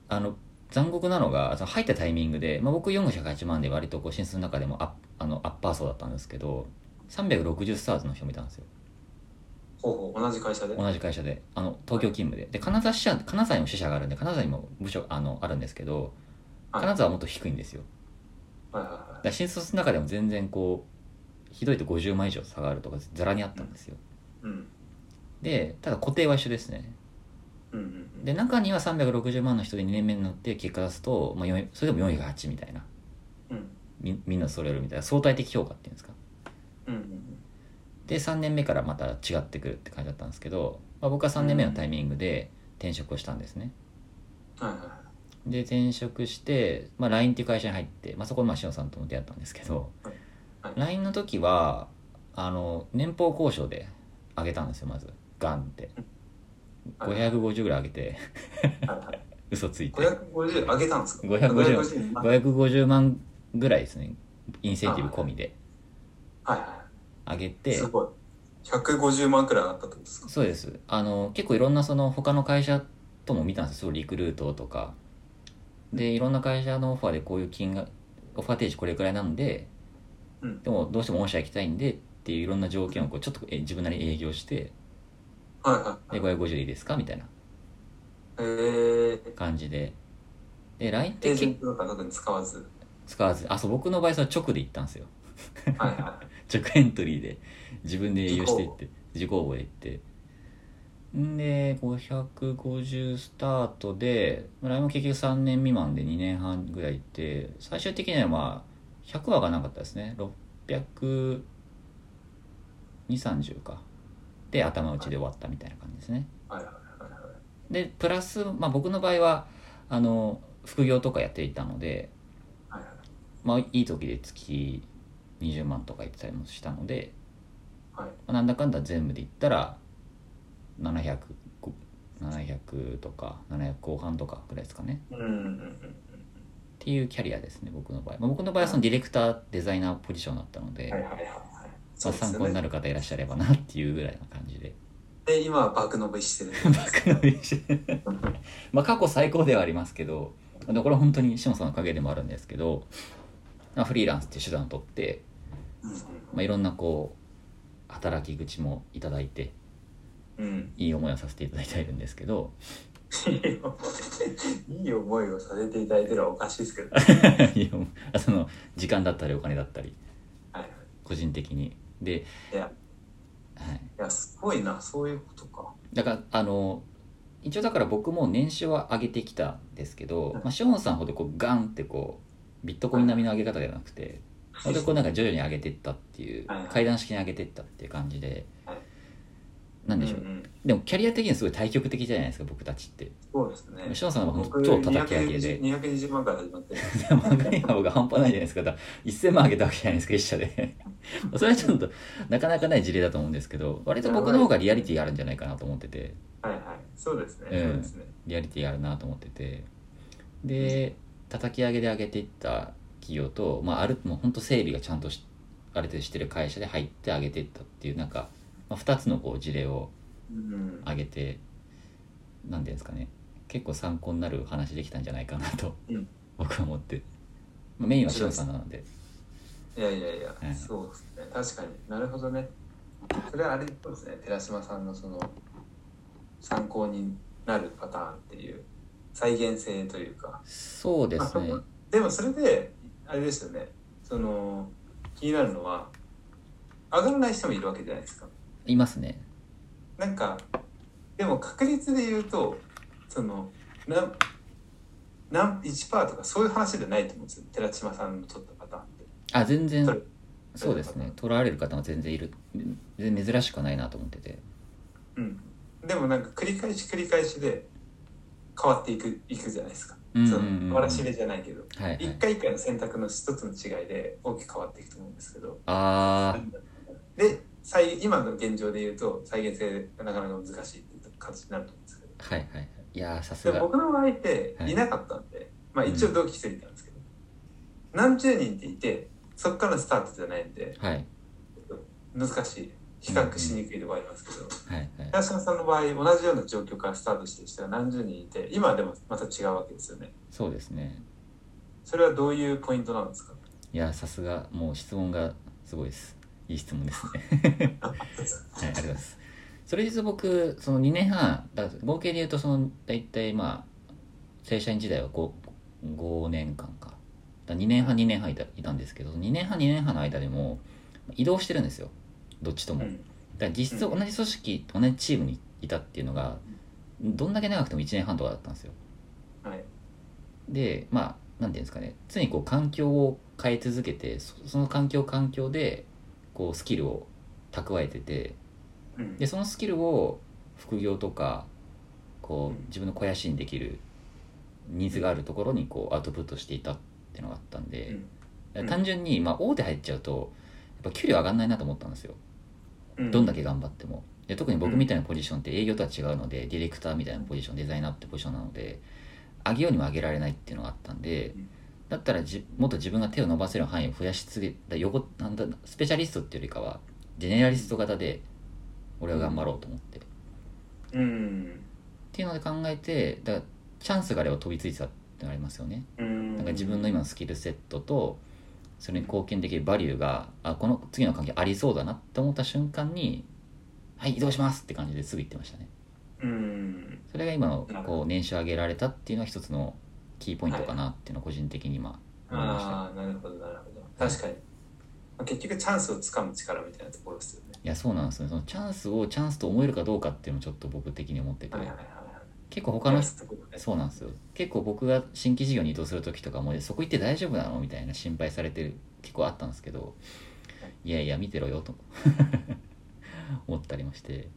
[SPEAKER 1] あの残酷なのがその入ったタイミングで、まあ、僕408万で割とこう進数の中でもアッあのアッパー層だったんですけど360スタートの人見たんですよ
[SPEAKER 2] ほうほう同じ会社で
[SPEAKER 1] 同じ会社であの東京勤務でで金沢支社金沢にも支社があるんで金沢にも部署あのあるんですけど
[SPEAKER 2] はい
[SPEAKER 1] 金沢はもっと低いんですよ
[SPEAKER 2] はいはいは
[SPEAKER 1] だから新卒の中でも全然こうひどいと50万以上差があるとかざらにあったんですよ
[SPEAKER 2] いうん
[SPEAKER 1] でただ固定は一緒ですね
[SPEAKER 2] うんうんうん
[SPEAKER 1] で中には360万の人で2年目になって結果出すと、まあ、4それでも408みたいな
[SPEAKER 2] うん
[SPEAKER 1] みみんなそれよりみたいな相対的評価っていうんですか
[SPEAKER 2] うんうん
[SPEAKER 1] で3年目からまた違ってくるって感じだったんですけど、まあ、僕は3年目のタイミングで転職をしたんですね
[SPEAKER 2] はいはいはい
[SPEAKER 1] で転職して、まあ、LINE っていう会社に入って、まあ、そこでまあしおさんとも出会ったんですけど、
[SPEAKER 2] はいはい
[SPEAKER 1] LINE の時はあの年俸交渉で上げたんですよまずガンって
[SPEAKER 2] はい
[SPEAKER 1] 550ぐらい上げて
[SPEAKER 2] はいはい
[SPEAKER 1] 嘘ついて
[SPEAKER 2] 550上げたんですか
[SPEAKER 1] 550
[SPEAKER 2] 550はい
[SPEAKER 1] 550万ぐらいですねインセンティブ込みで
[SPEAKER 2] は
[SPEAKER 1] 上げ
[SPEAKER 2] い
[SPEAKER 1] て
[SPEAKER 2] すごい150万くらい上がったってことですか
[SPEAKER 1] そうですあの結構いろんなその他の会社とも見たんですよそうリクルートとかでいろんな会社のオファーでこういう金額オファー提示これくらいなんで、
[SPEAKER 2] うん
[SPEAKER 1] でもどうしても御社行きたいんでっていういろんな条件をこうちょっとえ自分なりに営業して
[SPEAKER 2] はいはいは
[SPEAKER 1] で
[SPEAKER 2] い
[SPEAKER 1] 550でいいですかみたいな
[SPEAKER 2] えー、
[SPEAKER 1] 感じでで LINE っ
[SPEAKER 2] エ
[SPEAKER 1] て
[SPEAKER 2] ージェン
[SPEAKER 1] 結
[SPEAKER 2] トとか特に使わ ず
[SPEAKER 1] 使わずあそう僕の場合その直で行ったんですよ
[SPEAKER 2] はいは
[SPEAKER 1] 直エントリーで自分で営業していって自己応募で行ってんで550スタートでまあ来も結局3年未満で2年半ぐらい行って最終的にはまあ100話がなかったですね600 230かで頭打ちで終わったみたいな感じですね
[SPEAKER 2] はいはいはいはい
[SPEAKER 1] でプラス、まあ、僕の場合はあの副業とかやっていたので、
[SPEAKER 2] はいはい
[SPEAKER 1] まあ、いい時で月20万とか言ってたりもしたので、
[SPEAKER 2] はい
[SPEAKER 1] まあなんだかんだ全部で言ったら700 700とか700後半とかぐらいですかね
[SPEAKER 2] うんうんうんうん
[SPEAKER 1] っていうキャリアですね僕の場合、まあ、僕の場合はそのディレクターデザイナーポジションだったので、
[SPEAKER 2] はいはいはいはい
[SPEAKER 1] まあ、参考にな
[SPEAKER 2] る
[SPEAKER 1] る方いらっしゃればなっていうぐらいな感じで
[SPEAKER 2] で今は爆伸びしてる
[SPEAKER 1] 爆飲みして まあ過去最高ではありますけどでこれは本当に志麻さんの陰でもあるんですけど、まあ、フリーランスっていう手段を取って、まあ、いろんなこう働き口もいただいて
[SPEAKER 2] うんうん
[SPEAKER 1] いい思いをさせていただいているんですけど
[SPEAKER 2] いい思いをさせていただいてるのはおかしいですけど
[SPEAKER 1] いやもうその時間だったりお金だったり
[SPEAKER 2] はい
[SPEAKER 1] 個人的にで、
[SPEAKER 2] いや
[SPEAKER 1] はい、
[SPEAKER 2] いやすごいなそういうことか
[SPEAKER 1] だからあの一応だから僕も年収は上げてきたんですけど、まあ、ショーンさんほどこうガンってこうビットコイン並みの上げ方ではなくてそれでこうなんか徐々に上げてったっていう
[SPEAKER 2] はい
[SPEAKER 1] 階段式に上げてったっていう感じで
[SPEAKER 2] はい
[SPEAKER 1] なんでしょ
[SPEAKER 2] う
[SPEAKER 1] うん
[SPEAKER 2] うん
[SPEAKER 1] でもキャリア的にはすごい対極的じゃないですか僕たちって
[SPEAKER 2] そうですね
[SPEAKER 1] ショーンさんは本
[SPEAKER 2] 僕
[SPEAKER 1] 当超叩き上げで
[SPEAKER 2] 220 220万から始まってる
[SPEAKER 1] 漫画には僕半端ないじゃないですかだから1000万上げたわけじゃないですか一社で それはちょっとなかなかない事例だと思うんですけど割と僕の方がリアリティあるんじゃないかなと思ってて
[SPEAKER 2] はいはいそうですね、
[SPEAKER 1] うん
[SPEAKER 2] そうですね
[SPEAKER 1] リアリティあるなと思っててで叩き上げで上げていった企業と、まあ、あるもう本当整備がちゃんとしある程度してる会社で入って上げていったっていうなんか、まあ、2つのこう事例を
[SPEAKER 2] うん
[SPEAKER 1] 挙げて何ていうんですかね結構参考になるお話できたんじゃないかなと、
[SPEAKER 2] うん
[SPEAKER 1] 僕は思って、まあ、メインは翔さんなので
[SPEAKER 2] いやいやいや、
[SPEAKER 1] うん
[SPEAKER 2] そうですね確かになるほどねそれはあれそうですね寺島さんのその参考になるパターンっていう再現性というか
[SPEAKER 1] そうですね
[SPEAKER 2] あでもそれであれですよねその気になるのは上がらない人もいるわけじゃないですか
[SPEAKER 1] いますね
[SPEAKER 2] なんかでも確率で言うとそのなんなん1%とかそういう話じゃないと思うんですよ寺島さんの取ったパターンって。
[SPEAKER 1] あ全然
[SPEAKER 2] それ
[SPEAKER 1] そうですね取られる方も全然いる全然珍しくはないなと思ってて
[SPEAKER 2] うん、でもなんか繰り返し繰り返しで変わっていくいくじゃないですか。
[SPEAKER 1] うんうん
[SPEAKER 2] そ
[SPEAKER 1] うんうん
[SPEAKER 2] のわらしべじゃないけど、
[SPEAKER 1] はい、はい、
[SPEAKER 2] 一回一回の選択の一つの違いで大きく変わっていくと思うんですけど、
[SPEAKER 1] あ
[SPEAKER 2] で再今の現状で言うと再現性がなかなか難しいっていう形になると思うんですけ
[SPEAKER 1] あはいはいはいいやーさす
[SPEAKER 2] ど、で
[SPEAKER 1] が
[SPEAKER 2] 僕の場合って
[SPEAKER 1] はい
[SPEAKER 2] いなかったんで、まあ一応同期していたんですけど、何十人っていてそこからのスタートじゃないんで
[SPEAKER 1] はい
[SPEAKER 2] 難しい比較しにくいとこありますけど。
[SPEAKER 1] はいはい
[SPEAKER 2] 東島さんの場合同じような状況からスタートしてる人が何十人いて今はでもまた違うわけですよね
[SPEAKER 1] そうですね
[SPEAKER 2] それはどういうポイントなんですか
[SPEAKER 1] いやーさすがもう質問がすごいですいい質問ですねはいありがとうございますそれ実は僕その2年半だ合計で言うとその大体まあ正社員時代は 5, 5年間かだ2年半2年半いたいたんですけど2年半2年半の間でも移動してるんですよどっちと
[SPEAKER 2] う
[SPEAKER 1] も、
[SPEAKER 2] ん
[SPEAKER 1] だから実質同じ組織、同じチームにいたっていうのがどんだけ長くても1年半とかだったんですよ
[SPEAKER 2] はい
[SPEAKER 1] でまあなんていうんですかね常にこう環境を変え続けてそその環境環境でこうスキルを蓄えてて
[SPEAKER 2] うん
[SPEAKER 1] でそのスキルを副業とかこ
[SPEAKER 2] う
[SPEAKER 1] うん自分の肥やしにできるニーズがあるところにこうアウトプットしていたっていうのがあったんで
[SPEAKER 2] うんうん
[SPEAKER 1] 単純にまあ大手入っちゃうとやっぱ給料上がんないなと思ったんですよどんだけ頑張ってもで特に僕みたいなポジションって営業とは違うのでディレクターみたいなポジションデザイナーってポジションなので上げようにも上げられないっていうのがあったんで
[SPEAKER 2] うん
[SPEAKER 1] だったらじもっと自分が手を伸ばせる範囲を増やし続けだ横なんだスペシャリストっていうよりかはジェネラリスト型で俺は頑張ろうと思って、っ
[SPEAKER 2] うん
[SPEAKER 1] ていうので考えてだからチャンスがあれば飛びついてたってのがありますよね
[SPEAKER 2] うん
[SPEAKER 1] なんか自分の今のスキルセットとそれに貢献できるバリューがあこの次の環境ありそうだなって思った瞬間に「はい移動します!」って感じですぐ行ってましたね
[SPEAKER 2] うん
[SPEAKER 1] それが今の
[SPEAKER 2] なるほ
[SPEAKER 1] こう年収上げられたっていうのは一つのキーポイントかなっていうのは個人的に今思いました、
[SPEAKER 2] ああなるほどなるほど確かに、まあ、結局チャンスをつかむ力みたいなところですよね
[SPEAKER 1] い、やそうなんですよねそのチャンスをチャンスと思えるかどうかっていうのをちょっと僕的に思ってて、
[SPEAKER 2] はいはいはい
[SPEAKER 1] 結構他
[SPEAKER 2] はい
[SPEAKER 1] の
[SPEAKER 2] チャン
[SPEAKER 1] 人
[SPEAKER 2] スってことね
[SPEAKER 1] そうなんですよ結構僕が新規事業に移動する時とかもそこ行って大丈夫なのみたいな心配されてる結構あったんですけどいやいや見てろよと 思ったりもして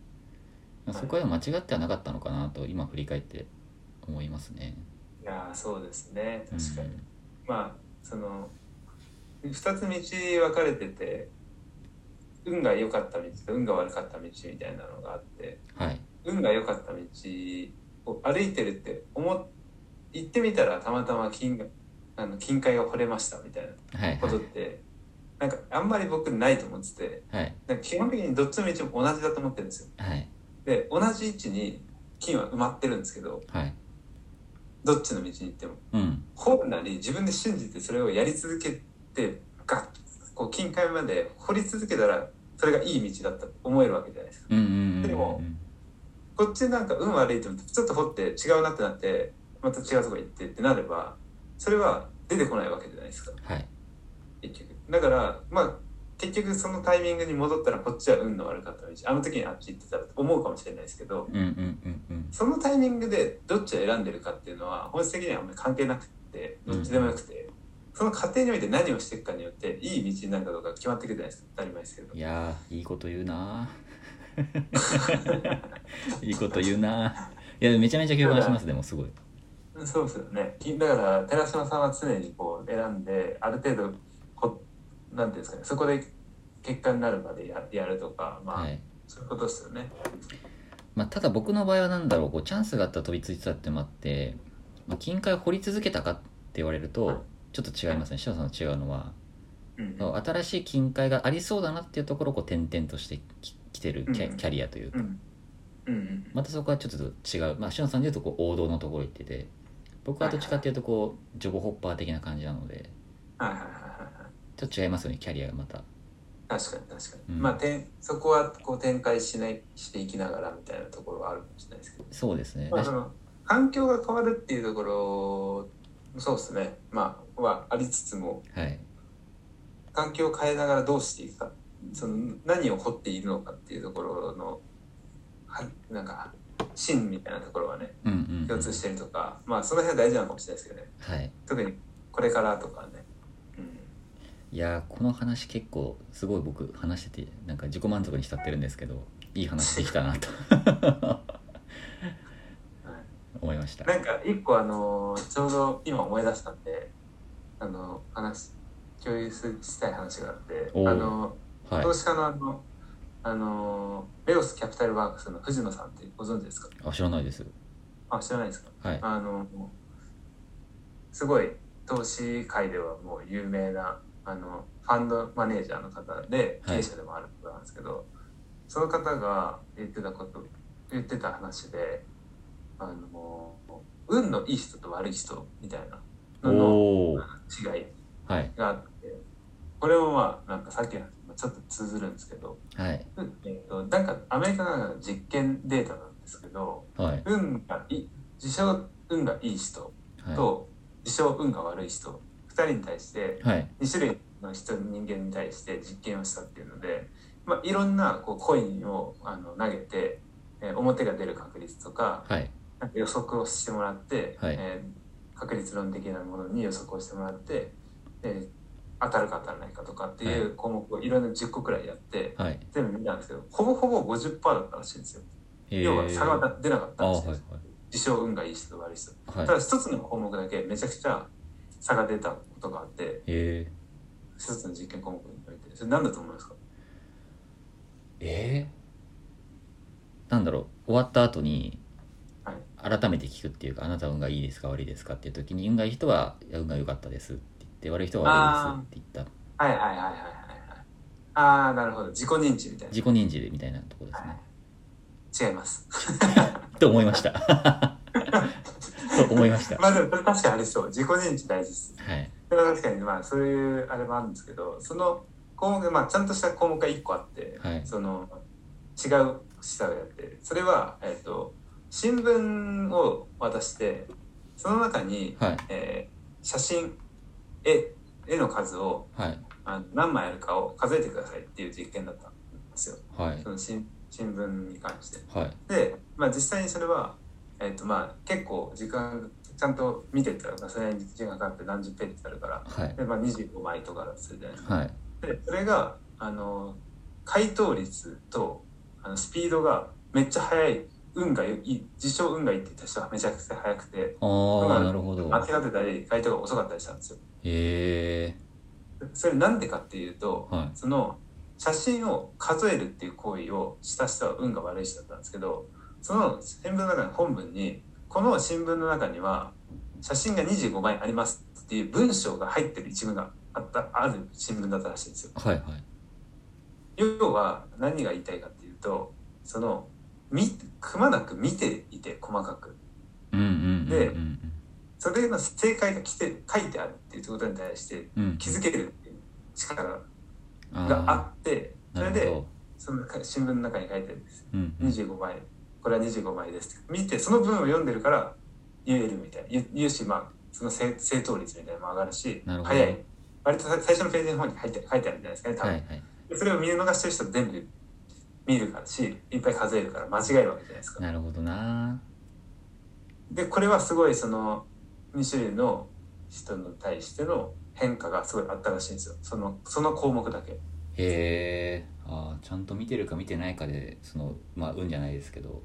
[SPEAKER 1] まあそこは間違ってはなかったのかなと今振り返って思いますね。
[SPEAKER 2] いやーそうですね
[SPEAKER 1] うん
[SPEAKER 2] 確かに、まあその2つ道分かれてて運が良かった道と運が悪かった道みたいなのがあって
[SPEAKER 1] はい
[SPEAKER 2] 運が良かった道を歩いてるって思っ行ってみたらたまたま金があの金塊が掘れましたみたいな
[SPEAKER 1] はい
[SPEAKER 2] こ
[SPEAKER 1] はい
[SPEAKER 2] とってなんかあんまり僕ないと思ってて
[SPEAKER 1] はい
[SPEAKER 2] なんか基本的にどっちの道も同じだと思ってるんですよ
[SPEAKER 1] はい
[SPEAKER 2] で同じ位置に金は埋まってるんですけど
[SPEAKER 1] はい
[SPEAKER 2] どっちの道に行っても
[SPEAKER 1] うん
[SPEAKER 2] 本なり自分で信じてそれをやり続けてガッこう近海まで掘り続けたらそれがいい道だったと思えるわけじゃないですか
[SPEAKER 1] うんうんうん
[SPEAKER 2] で
[SPEAKER 1] う
[SPEAKER 2] も
[SPEAKER 1] ん
[SPEAKER 2] こっちなんか運悪いと思ってちょっと掘って違うなってなってまた違うとこ行ってってなればそれは出てこないわけじゃないですか
[SPEAKER 1] はい
[SPEAKER 2] 結局だからまあ結局そのタイミングに戻ったらこっちは運の悪かった道あの時にあっち行ってたらと思うかもしれないですけど
[SPEAKER 1] うんうんうんうん
[SPEAKER 2] そのタイミングでどっちを選んでるかっていうのは本質的にはあんまり関係なくてどっちでもよくて、その過程において何をしていくかによっていい道になるかどうか決まってくるじゃないですか当たり前ですけど
[SPEAKER 1] いやーいいこと言うな ーいいこと言うなーいやめちゃめちゃ共感しますでもすごい
[SPEAKER 2] そうですよねきだから寺島さんは常にこう選んである程度こなんていうんですかねそこで結果になるまでややるとかまあ、
[SPEAKER 1] はい
[SPEAKER 2] そういうことですよね
[SPEAKER 1] まあ、ただ僕の場合は何だろうこうチャンスがあったら飛びついてたってのもあって、まあ、金塊を掘り続けたかって言われるとちょっと違いますね翔さんと違うのは
[SPEAKER 2] うん
[SPEAKER 1] 新しい金塊がありそうだなっていうところをこう転々としてききてるキ
[SPEAKER 2] う
[SPEAKER 1] ャ
[SPEAKER 2] ん
[SPEAKER 1] キャリアという
[SPEAKER 2] う
[SPEAKER 1] か、
[SPEAKER 2] んうんうん
[SPEAKER 1] またそこはちょっと違う、まあ、翔さんでいうとこう王道のところ行ってて僕はどっちかっていうとこうジョブホッパー的な感じなので
[SPEAKER 2] はいはいはいはいはい
[SPEAKER 1] ちょっと違いますよねキャリアがまた
[SPEAKER 2] 確かに確かに、
[SPEAKER 1] うん
[SPEAKER 2] まあてんそこはこう展開しないしていきながらみたいなところはあるかもしれないですけど
[SPEAKER 1] そうですね
[SPEAKER 2] まあ、
[SPEAKER 1] だし
[SPEAKER 2] その環境が変わるっていうところそうですねまあはありつつも
[SPEAKER 1] はい
[SPEAKER 2] 環境を変えながらどうしていくかその何を掘っているのかっていうところのはなんか芯みたいなところはね
[SPEAKER 1] うんうん、うん、
[SPEAKER 2] 共通してるとか、まあその辺は大事なのかもしれないですけどね
[SPEAKER 1] はい
[SPEAKER 2] 特にこれからとかね、
[SPEAKER 1] いやーこの話結構すごい僕話しててなんか自己満足に浸ってるんですけどいい話できたな と
[SPEAKER 2] うんはい
[SPEAKER 1] 思いました
[SPEAKER 2] なんか一個あのちょうど今思い出したんであの話共有すしたい話があって
[SPEAKER 1] おう
[SPEAKER 2] あの
[SPEAKER 1] はい
[SPEAKER 2] 投資家のあの、あのレオスキャピタルワークスの藤野さんってご存知ですか
[SPEAKER 1] あ知らないです
[SPEAKER 2] あ知らないですか
[SPEAKER 1] はい
[SPEAKER 2] あのすごい投資界ではもう有名なあのファンドマネージャーの方で
[SPEAKER 1] は
[SPEAKER 2] 経
[SPEAKER 1] い
[SPEAKER 2] 営者でもある方なんですけど、その方が言ってたこと言ってた話であの運のいい人と悪い人みたいなの
[SPEAKER 1] おお
[SPEAKER 2] の違い
[SPEAKER 1] はい
[SPEAKER 2] があってこれもまあなんかさっきの話とちょっと通ずるんですけど
[SPEAKER 1] はい
[SPEAKER 2] えっと、なんかアメリカの実験データなんですけど
[SPEAKER 1] はい
[SPEAKER 2] 運がいい自称運がいい人
[SPEAKER 1] は
[SPEAKER 2] と自称運が悪い人2人に対して
[SPEAKER 1] いはい
[SPEAKER 2] 2種類の人人間に対して実験をしたっていうので、まあ、いろんなこうコインをあの投げて、えー表が出る確率とか
[SPEAKER 1] はい
[SPEAKER 2] なんか予測をしてもらって、
[SPEAKER 1] はい
[SPEAKER 2] えー確率論的なものに予測をしてもらって、えー当たるか当たらないかとかっていう項目をいろんな10個くらいやって。
[SPEAKER 1] はい
[SPEAKER 2] 全部見たんですけどほぼほぼ50%だったらしいんですよ、
[SPEAKER 1] え
[SPEAKER 2] 要は差が出なかっ
[SPEAKER 1] あ
[SPEAKER 2] たらし
[SPEAKER 1] はい
[SPEAKER 2] いんで
[SPEAKER 1] は
[SPEAKER 2] す、自称運がいい人と悪い人
[SPEAKER 1] い
[SPEAKER 2] た
[SPEAKER 1] はい
[SPEAKER 2] だ一つの項目だけめちゃくちゃ差が出たことがあって
[SPEAKER 1] えー、
[SPEAKER 2] 一つの実験項目においてそれ何だと思いますか
[SPEAKER 1] えー、なんだろう終わった後に
[SPEAKER 2] はい
[SPEAKER 1] 改めて聞くっていうかあなた運がいいですか悪いですかっていう時に運がいい人はいや運が良かったですって言って悪い人は悪いですって言った
[SPEAKER 2] はいはいはいはいはいはいああなるほど自己認知みたい
[SPEAKER 1] 自己認知でみたいなところですね
[SPEAKER 2] な違います
[SPEAKER 1] と思いました と思いました
[SPEAKER 2] まあでも確かにありそう自己認知大事です
[SPEAKER 1] はい
[SPEAKER 2] それは確かにまあそういうあれもあるんですけどその項目、まあ、ちゃんとした項目が1個あって、
[SPEAKER 1] はい
[SPEAKER 2] その違う下をやってそれは、えっと新聞を渡してその中に、
[SPEAKER 1] はい
[SPEAKER 2] えー写真絵絵の数を
[SPEAKER 1] はい
[SPEAKER 2] あの何枚あるかを数えてくださいっていう実験だったんですよ
[SPEAKER 1] はい
[SPEAKER 2] その新新聞に関して。
[SPEAKER 1] はい
[SPEAKER 2] で、まあ、実際にそれは、えっとまあ、結構時間ちゃんと見てったらそれなりに時間がかかって何十ページあるから
[SPEAKER 1] はい
[SPEAKER 2] で、まあ、25枚とかだとするじゃないですか。
[SPEAKER 1] はい
[SPEAKER 2] でそれがあの回答率とあのスピードがめっちゃ早い運がいい自称運がいいって言った人はめちゃくちゃ早くて
[SPEAKER 1] あ
[SPEAKER 2] ま
[SPEAKER 1] あ
[SPEAKER 2] あ
[SPEAKER 1] なるほど
[SPEAKER 2] 間違ってたり回答が遅かったりしたんですよ
[SPEAKER 1] へえ
[SPEAKER 2] それなんでかっていうと
[SPEAKER 1] は
[SPEAKER 2] その写真を数えるっていう行為をした人は運が悪い人だったんですけどその新聞の中の本文にこの新聞の中には写真が25枚ありますっていう文章が入ってる一文があったある新聞だったらしいんですよ
[SPEAKER 1] いはいはい
[SPEAKER 2] 要は何が言いたいかっていうとそのみくまなく見ていて細かく
[SPEAKER 1] うんうんうん
[SPEAKER 2] でそれの正解が来て書いてあるっていうことに対して
[SPEAKER 1] うんうん
[SPEAKER 2] 気づけるっていう力が
[SPEAKER 1] あ
[SPEAKER 2] あって
[SPEAKER 1] あ
[SPEAKER 2] そ
[SPEAKER 1] な
[SPEAKER 2] れ
[SPEAKER 1] るほ
[SPEAKER 2] で
[SPEAKER 1] ど
[SPEAKER 2] その新聞の中に書いてあるんです
[SPEAKER 1] うんうん
[SPEAKER 2] 25枚これは25枚ですって見てその文を読んでるから言えるみたいな言言うしまあその正正答率みたいなのも上がるし
[SPEAKER 1] なるほど
[SPEAKER 2] 早い割とさ最初のページの方に書いて書いてあるんじゃないですかね多
[SPEAKER 1] は
[SPEAKER 2] 分、
[SPEAKER 1] いはい
[SPEAKER 2] でそれを見逃してる人は全部見るからしいっぱい数えるから間違えるわけじゃないですか
[SPEAKER 1] なるほどな
[SPEAKER 2] でこれはすごいその2種類の人に対しての変化がすごいあったらしいんですよそのその項目だけ
[SPEAKER 1] へえあーちゃんと見てるか見てないかでそのまあ運じゃないですけど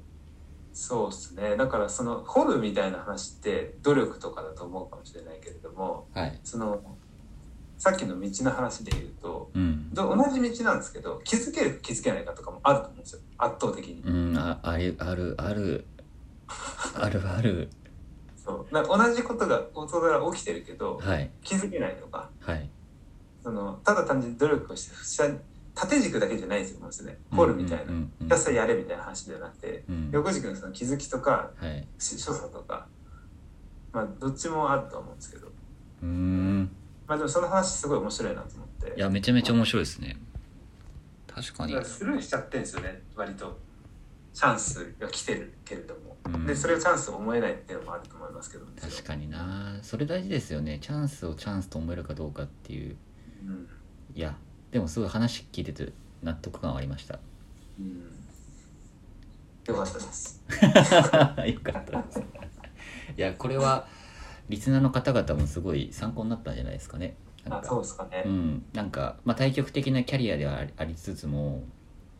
[SPEAKER 2] そうですねだからその掘るみたいな話って努力とかだと思うかもしれないけれども
[SPEAKER 1] はい
[SPEAKER 2] そのさっきの道の話で言うと
[SPEAKER 1] うん
[SPEAKER 2] ど同じ道なんですけど気づけるか気づけないかとかもあると思うんですよ圧倒的に
[SPEAKER 1] うんああれあるあるあるある
[SPEAKER 2] そうな同じことが大人が起きてるけど
[SPEAKER 1] はい
[SPEAKER 2] 気づけないとか
[SPEAKER 1] はい
[SPEAKER 2] そのただ単純に努力をして下に縦軸だけじゃないですよもうですね掘るみたいな
[SPEAKER 1] うんうんうん
[SPEAKER 2] ひたすらやれみたいな話じゃなくて
[SPEAKER 1] うん
[SPEAKER 2] 横軸のその気づきとか
[SPEAKER 1] はい
[SPEAKER 2] し所作とかまあどっちもあると思うんですけど
[SPEAKER 1] うーん
[SPEAKER 2] まあでもその話すごい面白いなと思って
[SPEAKER 1] いやめちゃめちゃ面白いですね確かに
[SPEAKER 2] だからスルーしちゃってるんですよね割とチャンスが来てるけれども、
[SPEAKER 1] うん
[SPEAKER 2] でそれをチャンスと思えないっていうのもあると思いますけど
[SPEAKER 1] 確かになそれ大事ですよねチャンスをチャンスと思えるかどうかっていう
[SPEAKER 2] に、うん
[SPEAKER 1] いやでもすごい話聞いてて納得感はありました
[SPEAKER 2] うん、よかったです
[SPEAKER 1] よかったですいやこれはリスナーの方々もすごい参考になったんじゃないですかねな
[SPEAKER 2] あ
[SPEAKER 1] ん
[SPEAKER 2] そう
[SPEAKER 1] か
[SPEAKER 2] ですかね、
[SPEAKER 1] うんなんか、まあ、対極的なキャリアではありありつつも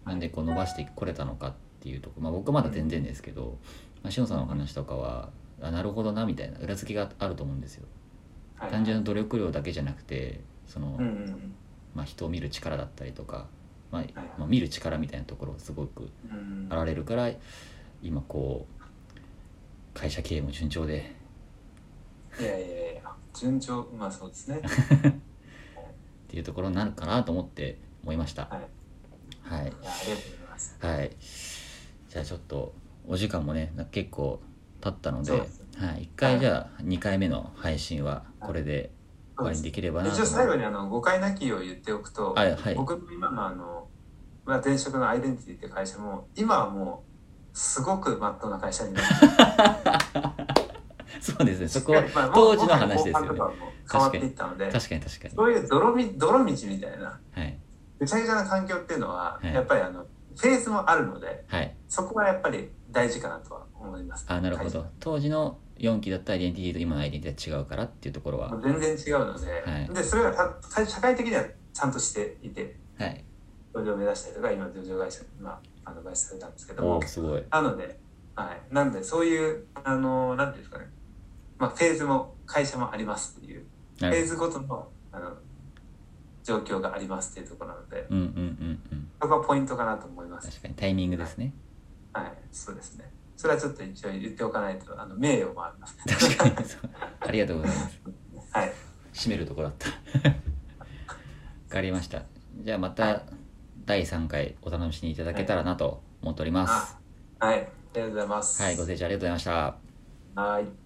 [SPEAKER 1] なんでこう伸ばしてこれたのかっていうとこ、まあ、僕はまだ全然ですけど、まあ、しのさんのお話とかはあなるほどなみたいな裏付けがあると思うんですよ
[SPEAKER 2] はい
[SPEAKER 1] 単純な努力量だけじゃなくてその、
[SPEAKER 2] うんうん
[SPEAKER 1] まあ、人を見る力だったりとか、まあ
[SPEAKER 2] はい
[SPEAKER 1] まあ、見る力みたいなところがすごく
[SPEAKER 2] うんうん
[SPEAKER 1] 現れるから今こう会社経営も順調で
[SPEAKER 2] いやいやいや順調まあそうですね
[SPEAKER 1] っていうところになるかなと思って思いました
[SPEAKER 2] はい
[SPEAKER 1] はい
[SPEAKER 2] いやありがとうございます
[SPEAKER 1] はいじゃあちょっとお時間もねな結構経ったので
[SPEAKER 2] そうです
[SPEAKER 1] はい、1回じゃあ2回目の配信はこれで終わりにできればなと
[SPEAKER 2] 一応
[SPEAKER 1] 思
[SPEAKER 2] 最後
[SPEAKER 1] い
[SPEAKER 2] にあの誤解なきを言っておくと、
[SPEAKER 1] はいはい
[SPEAKER 2] 僕の今のあの、まあ、前職のアイデンティティって会社も今はもうすごくまっとうな会社になって
[SPEAKER 1] そうですねそこ
[SPEAKER 2] し
[SPEAKER 1] は
[SPEAKER 2] っかりまあも
[SPEAKER 1] 当
[SPEAKER 2] う
[SPEAKER 1] 時の話ですよ
[SPEAKER 2] 後半と
[SPEAKER 1] ね
[SPEAKER 2] かはもう変わっていったので
[SPEAKER 1] 確かに確かに
[SPEAKER 2] そういう泥み泥道みたいな
[SPEAKER 1] はい
[SPEAKER 2] ぐちゃぐちゃな環境っていうのは、
[SPEAKER 1] はい
[SPEAKER 2] やっぱりあのフェーズもあるので
[SPEAKER 1] はい
[SPEAKER 2] そこはやっぱり大事かなとは思います
[SPEAKER 1] あなるほ
[SPEAKER 2] は
[SPEAKER 1] ど当時の4期だったアイデンティティと今のアイデンティティは違うからっていうところ
[SPEAKER 2] い
[SPEAKER 1] は
[SPEAKER 2] もう全然違うので、
[SPEAKER 1] はい
[SPEAKER 2] でそれはた社会的にはちゃんとしていて
[SPEAKER 1] はい
[SPEAKER 2] 上場を目指したりとか今上場会社今あの会社されたんですけど
[SPEAKER 1] お
[SPEAKER 2] も
[SPEAKER 1] おすごい
[SPEAKER 2] なので、はい、なんでそういうあのなんていうんですかね、まあ、フェーズも会社もありますっていう
[SPEAKER 1] な
[SPEAKER 2] フェー
[SPEAKER 1] る
[SPEAKER 2] ズごとのあの状況がありますっていうところなので
[SPEAKER 1] ほどうんうんうんうん
[SPEAKER 2] そこがポイントかなと思います
[SPEAKER 1] 確かにタイミングです ね
[SPEAKER 2] はいそうですねそれはちょっと一応言っておかないとあの名誉もあります
[SPEAKER 1] 確かにそうありがとうございます
[SPEAKER 2] はい
[SPEAKER 1] 締めるところだった わかりましたじゃあま
[SPEAKER 2] はい
[SPEAKER 1] た第3回お楽しみいただけたらなと思っております
[SPEAKER 2] あはいありがとうございます
[SPEAKER 1] はいご清聴ありがとうございました
[SPEAKER 2] はい